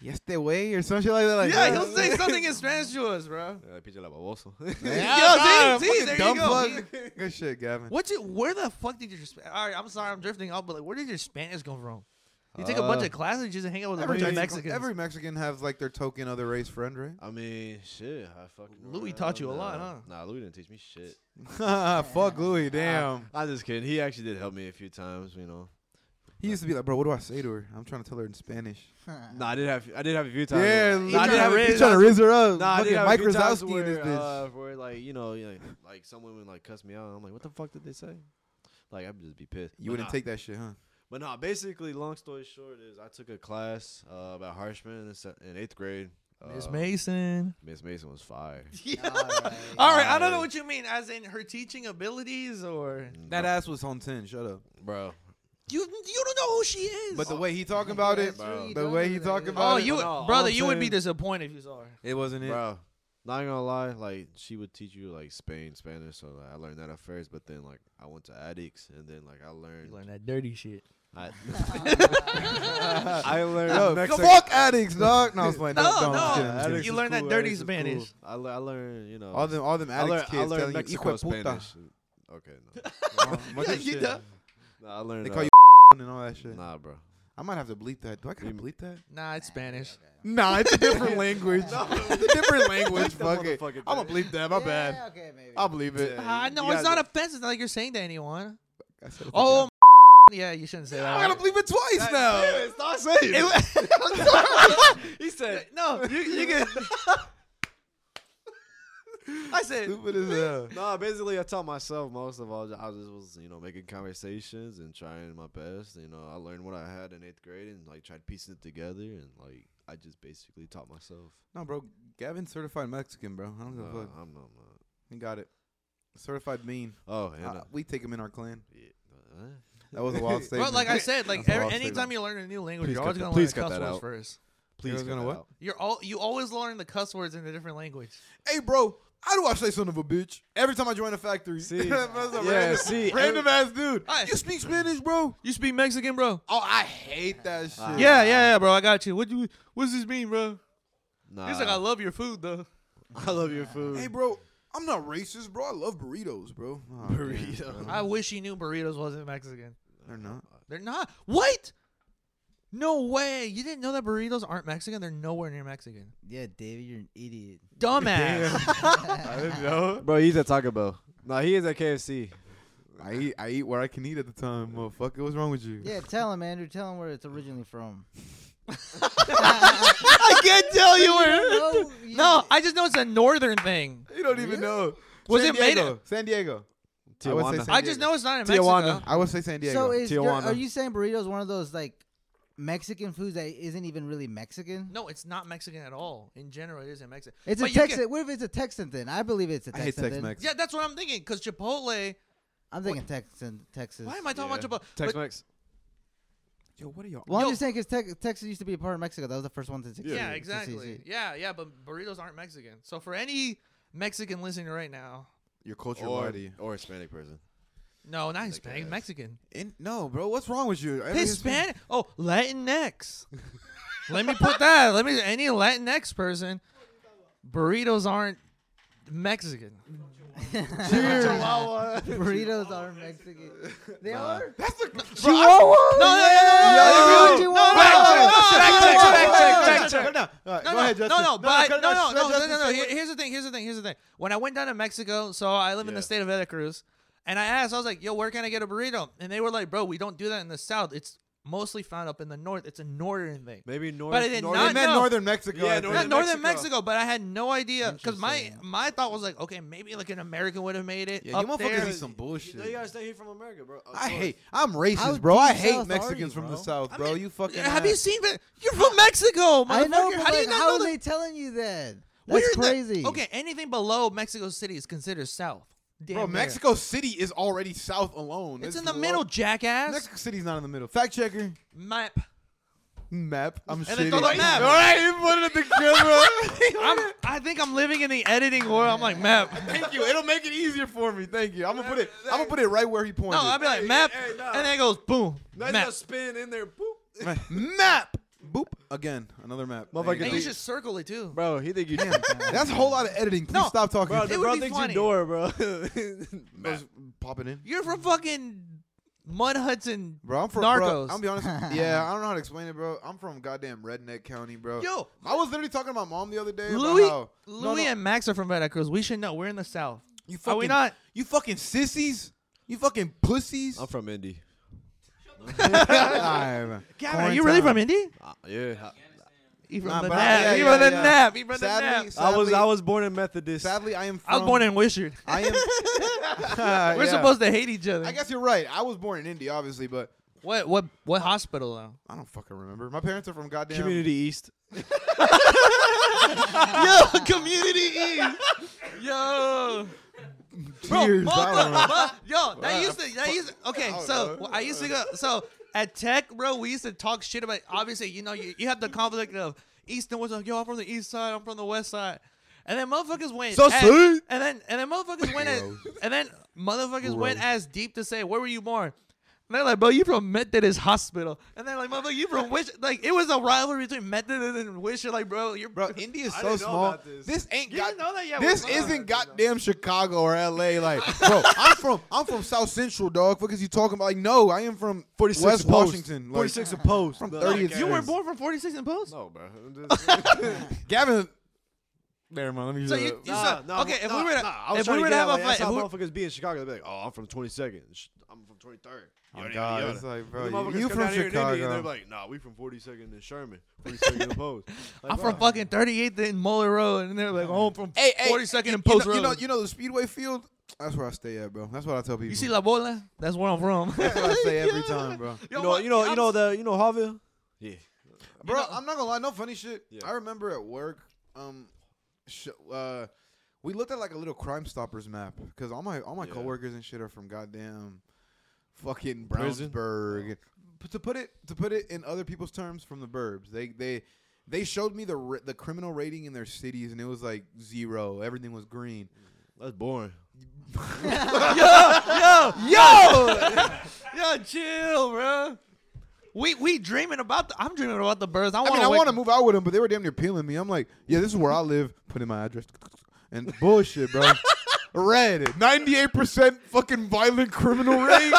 S1: yes, they way or something like that. Like,
S2: yeah, he'll say something in Spanish to us, bro.
S4: Yeah, eh, pinche la baboso.
S1: bro,
S2: Yeah, see, see,
S1: fucking
S2: there you
S1: dumb
S2: go.
S1: fuck. Good shit, Gavin.
S2: What's it? Where the fuck did your? Sp- All right, I'm sorry, I'm drifting off, but like, where did your Spanish go wrong? You take a bunch
S4: Uh,
S2: of classes, you just hang out with a
S1: Every
S2: bunch of
S1: Mexican,
S2: Mexicans.
S1: every Mexican has like their token other race friend,
S4: I mean, shit. I fucking
S2: Louis
S4: around,
S2: taught you a
S4: nah.
S2: lot, huh?
S4: Nah, Louis didn't teach me shit.
S1: right? Fuck Louis, damn.
S4: I, am just kidding. He actually did help me a few times, you know.
S1: He used to be like, bro, what do I say to her? I'm trying to tell her in Spanish.
S4: Nah, I did have. I did have a few times.
S1: Yeah,
S4: where-
S1: Louis
S2: Nah, I did have a
S1: he's
S2: few
S1: trying to
S4: times-
S1: raise her up.
S4: Nah, I did
S1: Fucking
S4: have
S1: Mike
S4: a few times
S1: Rosowski in
S4: where,
S1: this bitch.
S4: uh, where like you know, like, like someone would like cuss me out. and I'm like, what the fuck did they say? Like I'd just be pissed.
S1: You
S4: But
S1: wouldn't
S4: nah.
S1: take that shit, huh?
S4: But nah, basically, long story short is I took a class uh, about Harshman in, se- in eighth grade.
S2: Miss
S4: Uh,
S2: Mason.
S4: Miss Mason was fire.
S3: Alright.
S2: All right, I don't know what you mean, as in her teaching abilities, or
S1: That ass was on ten. Shut up.
S4: Mm, bro.
S2: you you don't know who she is.
S1: But the way he talking about it,
S4: Bro.
S3: Three
S1: the
S3: dozen
S1: way he
S3: of
S1: talk
S3: them.
S1: about
S2: oh,
S1: it-
S2: you
S4: No, all
S2: brother,
S4: I'm
S2: you would be
S4: saying-
S2: disappointed if you saw her.
S1: it wasn't it.
S4: bro. Not gonna lie, like she would teach you like Spain, Spanish, so like, I learned that at first. But then like I went to Addicts, and then like I learned,
S2: You learn that dirty shit.
S4: I, I learned
S1: Yo,
S4: Mexican-
S1: fuck addicts, dog. No, I was playing.
S2: No,
S1: don't- don't, I'm
S2: no.
S1: kidding, I'm
S4: Addicts
S1: kidding.
S2: You
S4: is
S2: learned that dirty
S4: Addicts is
S2: Spanish.
S4: I, le- I learned, you know,
S1: All them, all them
S4: I learned,
S1: addicts
S4: I
S1: kids
S4: learned
S1: telling
S4: Mexico
S1: you, "Hijo de puta."
S4: Spanish. Okay, no.
S1: Um, bunch of
S2: you
S1: shit.
S2: done?
S4: Nah, I learned.
S1: They call you and all that
S4: uh,
S1: shit.
S4: nah, bro.
S1: I might have to bleep that. Do I gotta
S4: Mm.
S1: bleep that?
S2: Nah, it's Spanish.
S1: Nah, it's a different language. it's a different language.
S4: Bleep that
S1: Fuck it.
S4: motherfucker,
S1: I'ma
S4: dude.
S1: bleep that. My
S3: yeah,
S1: bad. Oh.
S3: Okay, maybe.
S1: I'll bleep it.
S2: Ah,
S4: you
S2: no, it's
S4: guys-
S2: not offensive. It's not like you're saying to anyone.
S1: I said it
S2: Oh,
S1: again.
S2: yeah, you shouldn't say
S1: I
S2: that.
S1: gotta bleep it twice now.
S4: Stop saying.
S2: he said no. You, you can. I said
S1: Stupid as hell.
S4: No, basically, I taught myself most of all. I just was, you know, making conversations and trying my best. You know, I learned what I had in eighth grade and like tried piecing it together, and like I just basically taught myself.
S1: No, bro. Gavin certified Mexican, bro. I don't give
S4: Uh,
S1: a fuck.
S4: I'm not. I'm
S1: He got it. Certified mean.
S4: not. Oh, and
S1: Uh, we take him in our clan.
S4: yeah, uh,
S1: That was a wild statement.
S2: Well, like I said, like
S1: That's a
S2: every,
S1: wild
S2: anytime
S1: statement.
S2: you learn a new language,
S4: Please
S2: you're
S4: cut
S2: always
S4: that-
S2: gonna learn
S4: please
S2: the
S4: cut
S2: cuss
S4: that
S2: words
S4: out.
S2: first.
S4: please
S1: gonna
S4: cut
S1: what?
S4: that out.
S2: You're all you always learn the cuss words in a different language.
S1: hey, bro, how do I say son of a bitch? Every time I join a factory.
S4: See?
S1: That's a
S4: Yeah,
S1: random,
S4: see,
S1: Random ass dude.
S2: Hey.
S1: You speak Spanish, bro?
S2: You speak Mexican, bro?
S1: Oh, I hate that shit.
S2: Yeah, yeah, yeah, bro. I got you. What you? What's this mean, bro?
S4: Nah,
S2: He's like, I love your food, though.
S4: I love your food.
S1: Hey, bro, I'm not racist, bro. I love burritos, bro. Oh,
S4: Burrito.
S2: I wish he knew burritos wasn't Mexican.
S1: They're not.
S2: They're not. What? No way. You didn't know that burritos aren't Mexican. They're nowhere near Mexican.
S3: Yeah, David, you're an idiot.
S2: Dumbass.
S1: I didn't know.
S4: bro, he's at Taco Bell. No, he is at KFC.
S1: I eat, I eat where I can eat at the time, motherfucker. What's wrong with you?
S3: Yeah, tell him, Andrew. Tell him where it's originally from.
S2: I can't tell you where.
S3: no, you-
S2: No, I just know it's a northern thing.
S1: You don't even know.
S2: Was
S1: San
S2: it made
S1: Diego. San Diego. I would say
S4: Tijuana.
S1: San
S2: I just
S1: Diego.
S2: know it's not in
S4: Tijuana.
S2: Mexico.
S1: I would say San Diego.
S3: So is your-
S4: Tijuana.
S3: are you saying burritos one of those like Mexican foods that isn't even really Mexican?
S2: No, it's not Mexican at all. In general, it isn't Mexican.
S3: It's
S2: But
S3: a
S2: you can-
S3: Texan. What if it's a Texan thing? I believe it's a
S1: I
S3: Texan.
S1: hate Tex
S3: thing.
S1: Mex.
S2: Yeah, that's what I'm thinking. Because Chipotle.
S3: I'm thinking Texan, Texas.
S2: Why am I talking
S4: Yeah.
S2: about Chipotle? But-
S4: Tex-Mex.
S1: Yo, what are y'all?
S3: Well,
S2: Yo-
S3: I'm just saying because Texas used to be a part of Mexico. That was the first one to succeed.
S2: yeah,
S3: to
S2: exactly.
S3: secede.
S2: Yeah, yeah, but burritos aren't Mexican. So for any Mexican listening right now,
S1: Your culture
S4: Or,
S1: body.
S4: or Hispanic person.
S2: no, not
S4: Like
S2: Hispanic,
S4: that.
S2: Mexican.
S1: In, no, bro. What's wrong with you? Every
S2: Hispanic. Oh, Latinx. Let me put that. Let me any Latinx person. Burritos aren't Mexican.
S4: Chihuahua.
S3: Burritos are Mexican. They are.
S1: That's a
S3: Chihuahua.
S2: No, no, no, no, no, no,
S3: Yo,
S2: no, no,
S4: Back check, back check, back check, back check.
S2: no, no, no, no, no, but no, no, no, no, no, no. Here- Here's the thing. Here's the thing. Here's the thing. When I went down to Mexico, so I live in the
S4: Yeah.
S2: state of Veracruz, and I asked, I was like, "Yo, where can I get a burrito?" And they were like, "Bro, we don't do that in the south. It's mostly found up in the north. It's a northern thing."
S4: Maybe North.
S2: But I did
S4: North-
S2: not
S1: They meant
S2: know.
S1: northern Mexico.
S4: Yeah,
S1: I think.
S2: Not
S4: Northern
S2: northern Mexico.
S4: Mexico.
S2: but I had no idea because my
S3: Interesting.
S2: my thought was like, okay, maybe like an American would have made it.
S1: Yeah, you
S2: up
S1: motherfuckers
S2: there.
S1: is some bullshit.
S4: You know you gotta stay here from America, bro. Of
S1: I
S4: course.
S1: hate. I'm
S3: How
S1: racist, bro. I
S3: deep
S1: hate
S3: south are
S1: Mexicans
S3: you,
S1: from the
S3: bro?
S1: south,
S2: I
S1: bro.
S2: mean,
S1: you fucking.
S2: Have you
S1: ass.
S2: seen? Ve- You're from Mexico,
S3: I know.
S2: motherfucker.
S3: But
S2: How do you
S3: like,
S2: not
S3: how
S2: know
S3: are
S2: that?
S3: they telling you that?
S2: Well,
S3: That's
S2: you're in the-
S3: crazy.
S2: okay, anything below Mexico City is considered south. Damn
S1: Bro,
S2: near.
S1: Mexico City is already south alone.
S2: It's, in the middle, jackass.
S1: Mexico City's not in the middle. Fact checker.
S2: Map.
S1: Map. I'm
S2: then
S1: shitty.
S2: throw the map.
S1: All right, you put it in the camera.
S2: I'm, I think I'm living in the editing world. I'm like map.
S1: Thank you. It'll make it easier for me. Thank you. I'm gonna put it. I'm gonna put it right where he pointed.
S2: No, I'll be like
S4: Hey,
S2: map,
S4: hey, no.
S2: and then it goes boom.
S4: Nice
S2: map.
S4: little spin in there. Boop.
S1: Right. map. Boop again. Another map.
S4: Motherfucker,
S1: Thank
S2: And
S1: you.
S2: you
S4: they-
S2: should circle it too.
S4: Bro, he think you.
S1: That's a whole lot of editing. Please
S2: No,
S1: stop talking.
S4: Bro,
S2: It
S4: the
S2: would
S4: bro
S2: be
S4: thinks
S2: funny.
S4: you door, bro.
S1: Bro, just pop it in.
S2: You're from fucking Mud Hudson.
S1: Bro, I'm from
S2: Narcos.
S1: Bro, I'm be honest. Yeah, I don't know how to explain it, bro. I'm from goddamn redneck county, bro.
S2: Yo,
S1: I was literally talking to my mom the other day
S2: Louis,
S1: about how
S2: Louis
S1: no.
S2: and Max are from Veracruz. We should know. We're in the South.
S1: you
S2: Are
S1: fucking
S2: we not?
S1: you fucking sissies, you fucking pussies.
S4: I'm from Indy.
S1: Alright, man.
S2: God, are you really from Indy?
S4: Uh, yeah,
S2: You from
S1: Nah,
S2: the
S1: but I-
S2: nap?
S1: yeah,
S2: You from
S1: yeah,
S2: the
S1: yeah.
S2: nap? You from the
S1: Sadly,
S2: nap?
S1: sadly,
S4: I was I was born in Methodist.
S1: sadly I am. From,
S2: I was born in Wishard.
S1: I am.
S2: We're
S1: Yeah.
S2: supposed to hate each other.
S1: I guess you're right. I was born in Indy, obviously, but
S2: What what what hospital though?
S1: I don't fucking remember. My parents are from goddamn.
S4: Community East.
S2: Yo, community East. Yo. Bro,
S1: Cheers, I don't know.
S2: mother, mu- yo, that used to, that used to, okay,
S1: don't
S2: so
S1: know.
S2: well, I used to go, so at Tech, bro, we used to talk shit about, obviously, you know, you, you have the conflict of East and West, like, yo, I'm from the East side, I'm from the West side. And then motherfuckers went,
S4: So
S2: as-
S4: sweet.
S2: and then, and then motherfuckers went, as, and then motherfuckers went
S1: Gross.
S2: as deep to say, where were you born? And they're like, bro, you from Methodist Hospital. And they're like, motherfucker, you from Wish. Like, it was a rivalry between Methodist and Wish. Like, bro, you're
S1: Bro, Indy is
S4: I
S1: so
S4: didn't know
S1: small.
S4: about this.
S1: This ain't
S2: You
S1: got.
S2: didn't know that yet,
S1: this
S2: we're small.
S1: isn't goddamn Chicago or L.A. Like, bro, I'm from I'm from South Central, dog. Fuck is you talking about? Like, no, I am from
S4: 46
S1: West
S4: and Post.
S1: Washington. Like,
S4: 46 opposed.
S1: From
S4: No,
S1: 30th
S4: okay.
S2: You were
S1: Yes.
S2: born from 46 and Post?
S4: No, bro. I'm just-
S1: Gavin. Never mind. Let me.
S2: So
S1: shut
S2: you-
S1: up.
S4: oh
S2: you- so- okay, if we were to-
S4: I was
S2: if we
S4: trying
S2: were to
S4: get
S2: have
S4: out,
S2: a
S4: like, that's
S2: fight-
S4: how
S2: if
S4: motherfuckers be in Chicago. They'd be like, "Oh, I'm from 22nd. Sh- I'm from 23rd."
S1: Oh,
S4: Yada,
S1: God,
S4: yada,
S1: it's
S4: yada.
S1: like,
S4: The
S1: bro,
S4: motherfuckers
S1: you
S4: come
S1: from
S4: down here in Indy,
S1: Chicago.
S4: And they're like, "Nah, we from 42nd and Sherman, 42nd and Post." Like,
S2: I'm
S4: bro,
S2: from fucking 38th and Muller Road, and they're like, oh, I'm from
S1: Hey, hey,
S2: 42nd and
S1: you
S2: Post
S1: know, you know,
S2: Road. You,
S1: you know the Speedway Field. That's where I stay at, bro. That's what I tell people.
S2: see La Bola? That's where I'm from.
S1: That's what I say every time, bro.
S4: You know, you know, you know the, you know Harville. Yeah.
S1: Bro,
S2: know-
S1: I'm not gonna lie, no funny shit.
S4: Yeah.
S1: I remember at work, um, sh- uh, we looked at like a little Crime Stoppers map because all my all my
S4: Yeah.
S1: coworkers and shit are from goddamn fucking
S4: Prison?
S1: Brownsburg. P- to put it to put it in other people's terms, from the burbs, they they they showed me the ra- the criminal rating in their cities and it was like zero. Everything was green.
S4: That's boring.
S2: Yo, chill, bro. We we dreaming about the. I'm dreaming about the birds. I
S1: I
S2: want
S1: mean, I want to move out with them, but they were damn near peeling me. I'm like, yeah, this is where I live. Put in my address. And bullshit, bro. Red. 98% fucking violent criminal rate.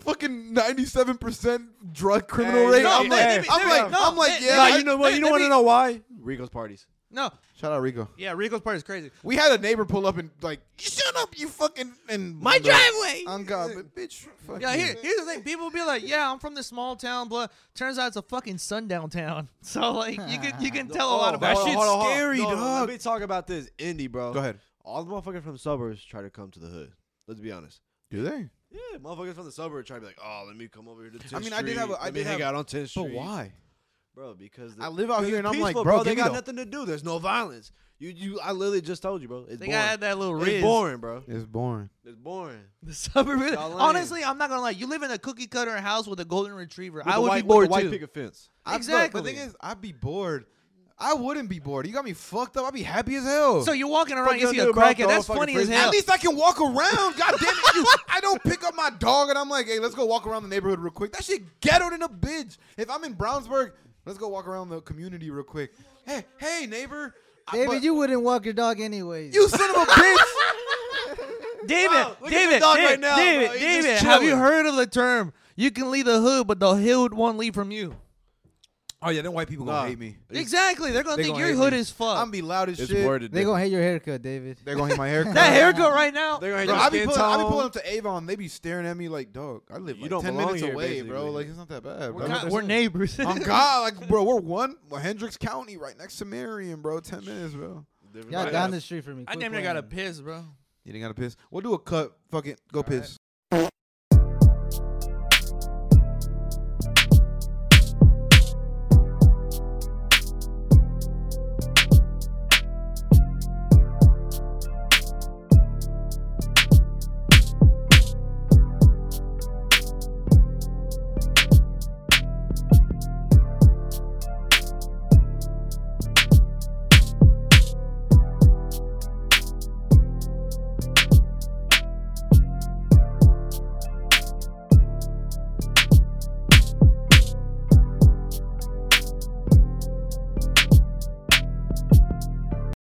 S1: fucking 97% drug criminal
S4: Hey,
S1: rate.
S4: no,
S1: I'm
S4: they-
S1: like,
S4: they be-
S1: I'm
S2: they
S1: like,
S2: be- no,
S1: I'm like,
S2: they-
S1: yeah.
S4: Nah,
S2: they-
S1: I-
S4: you know what?
S2: they-
S4: You
S2: they
S4: don't want
S2: be-
S4: to know why? Rico's parties.
S2: No,
S1: Shout out Rico.
S2: yeah, Rico's part is crazy.
S1: We had a neighbor pull up and like, shut up, you fucking and
S2: My driveway.
S1: On God, but bitch. Fuck
S2: Yeah,
S1: you.
S2: here, here's the thing. People be like, "Yeah, I'm from this small town." Blah. Turns out it's a fucking sundown town. So like, you can you can tell a lot
S4: Oh,
S2: about
S4: hold on,
S2: shit.
S4: hold on, hold on.
S1: scary,
S4: No, no,
S1: dog.
S4: Let me talk about this, Indy, bro.
S1: Go ahead.
S4: All the motherfuckers from suburbs try to come to the hood. Let's be honest.
S1: Do they?
S4: Yeah, motherfuckers from the suburb try to be like, oh, let me come over here to 10th
S1: I mean, I did have a-
S4: Street.
S1: I
S4: Let me
S1: did
S4: hang
S1: have-
S4: out on 10th
S1: But
S4: Street.
S1: why?
S4: bro? Because
S1: I
S4: the-
S1: live out
S4: it's
S1: here and I'm like,
S4: peaceful,
S1: bro,
S4: they
S1: give me
S4: got
S1: the-
S4: nothing to do. There's no violence. You, you, I literally just told you, bro. It's
S2: They
S4: boring.
S2: gotta have that little
S4: it's
S2: ridge.
S4: boring, bro.
S1: It's boring.
S4: It's boring.
S2: The suburb. really-
S4: Y'all lame.
S2: Honestly, I'm not gonna lie. You live in a cookie cutter house with a golden retriever.
S4: With
S2: I
S4: the
S2: would
S4: white,
S2: be
S4: with
S2: bored
S4: the white
S2: too.
S4: picket fence.
S1: I- look, the
S2: Exactly.
S1: thing is, I'd be bored. I wouldn't be bored. You got me fucked up. I'd be happy as hell.
S2: so you're walking around, you
S4: Fuck
S2: see
S4: you
S2: a
S4: do, bro.
S2: crackhead.
S4: Throw a
S2: That's
S4: fucking
S2: funny as
S4: frisbee.
S1: at
S2: hell.
S1: least I can walk around. God damn it, you! I don't pick up my dog and I'm like, hey, let's go walk around the neighborhood real quick. That shit ghetto than a bitch. If I'm in Brownsburg, let's go walk around the community real quick. Hey, hey, neighbor. I-
S3: David,
S1: but-
S3: you wouldn't walk your dog anyways.
S1: you son of a bitch.
S2: David,
S4: Wow, look at the
S2: David,
S4: dog
S2: David,
S4: right now, bro.
S2: David,
S4: He's just
S2: David, have you
S4: chilling.
S2: heard of the term? You can leave the hood, but the hood won't leave from you.
S1: Oh yeah, then white people
S4: Nah.
S1: gonna hate me.
S2: Exactly. They're gonna
S1: they
S2: think
S1: gonna
S2: your
S1: hate
S2: hood
S1: me.
S2: is fucked.
S1: I'm be loud as
S4: It's
S1: shit.
S4: worded.
S3: they gonna hate your haircut, David.
S1: They're gonna hate my haircut.
S2: that haircut right now.
S4: They're gonna hate
S1: Bro,
S4: your
S1: I be
S4: skin
S1: pulling, I be
S4: tone.
S1: pulling up to Avon. They be staring at me like, dog. I live
S4: You
S1: like
S4: don't
S1: ten
S4: belong
S1: minutes
S4: here,
S1: away, bro.
S4: basically.
S1: Like it's not that bad. Bro.
S2: We're, kind- we're neighbors.
S1: I'm God, like, bro, we're one well, Hendricks County, right next to Marion, bro. Ten minutes, bro.
S4: Different-
S3: Y'all
S4: I
S3: down
S4: got-
S3: the street from me.
S2: I
S3: Quit
S2: damn near got a
S3: playing.
S2: piss, bro.
S1: You didn't gotta piss. We'll do a cut. Fuck it. Go piss.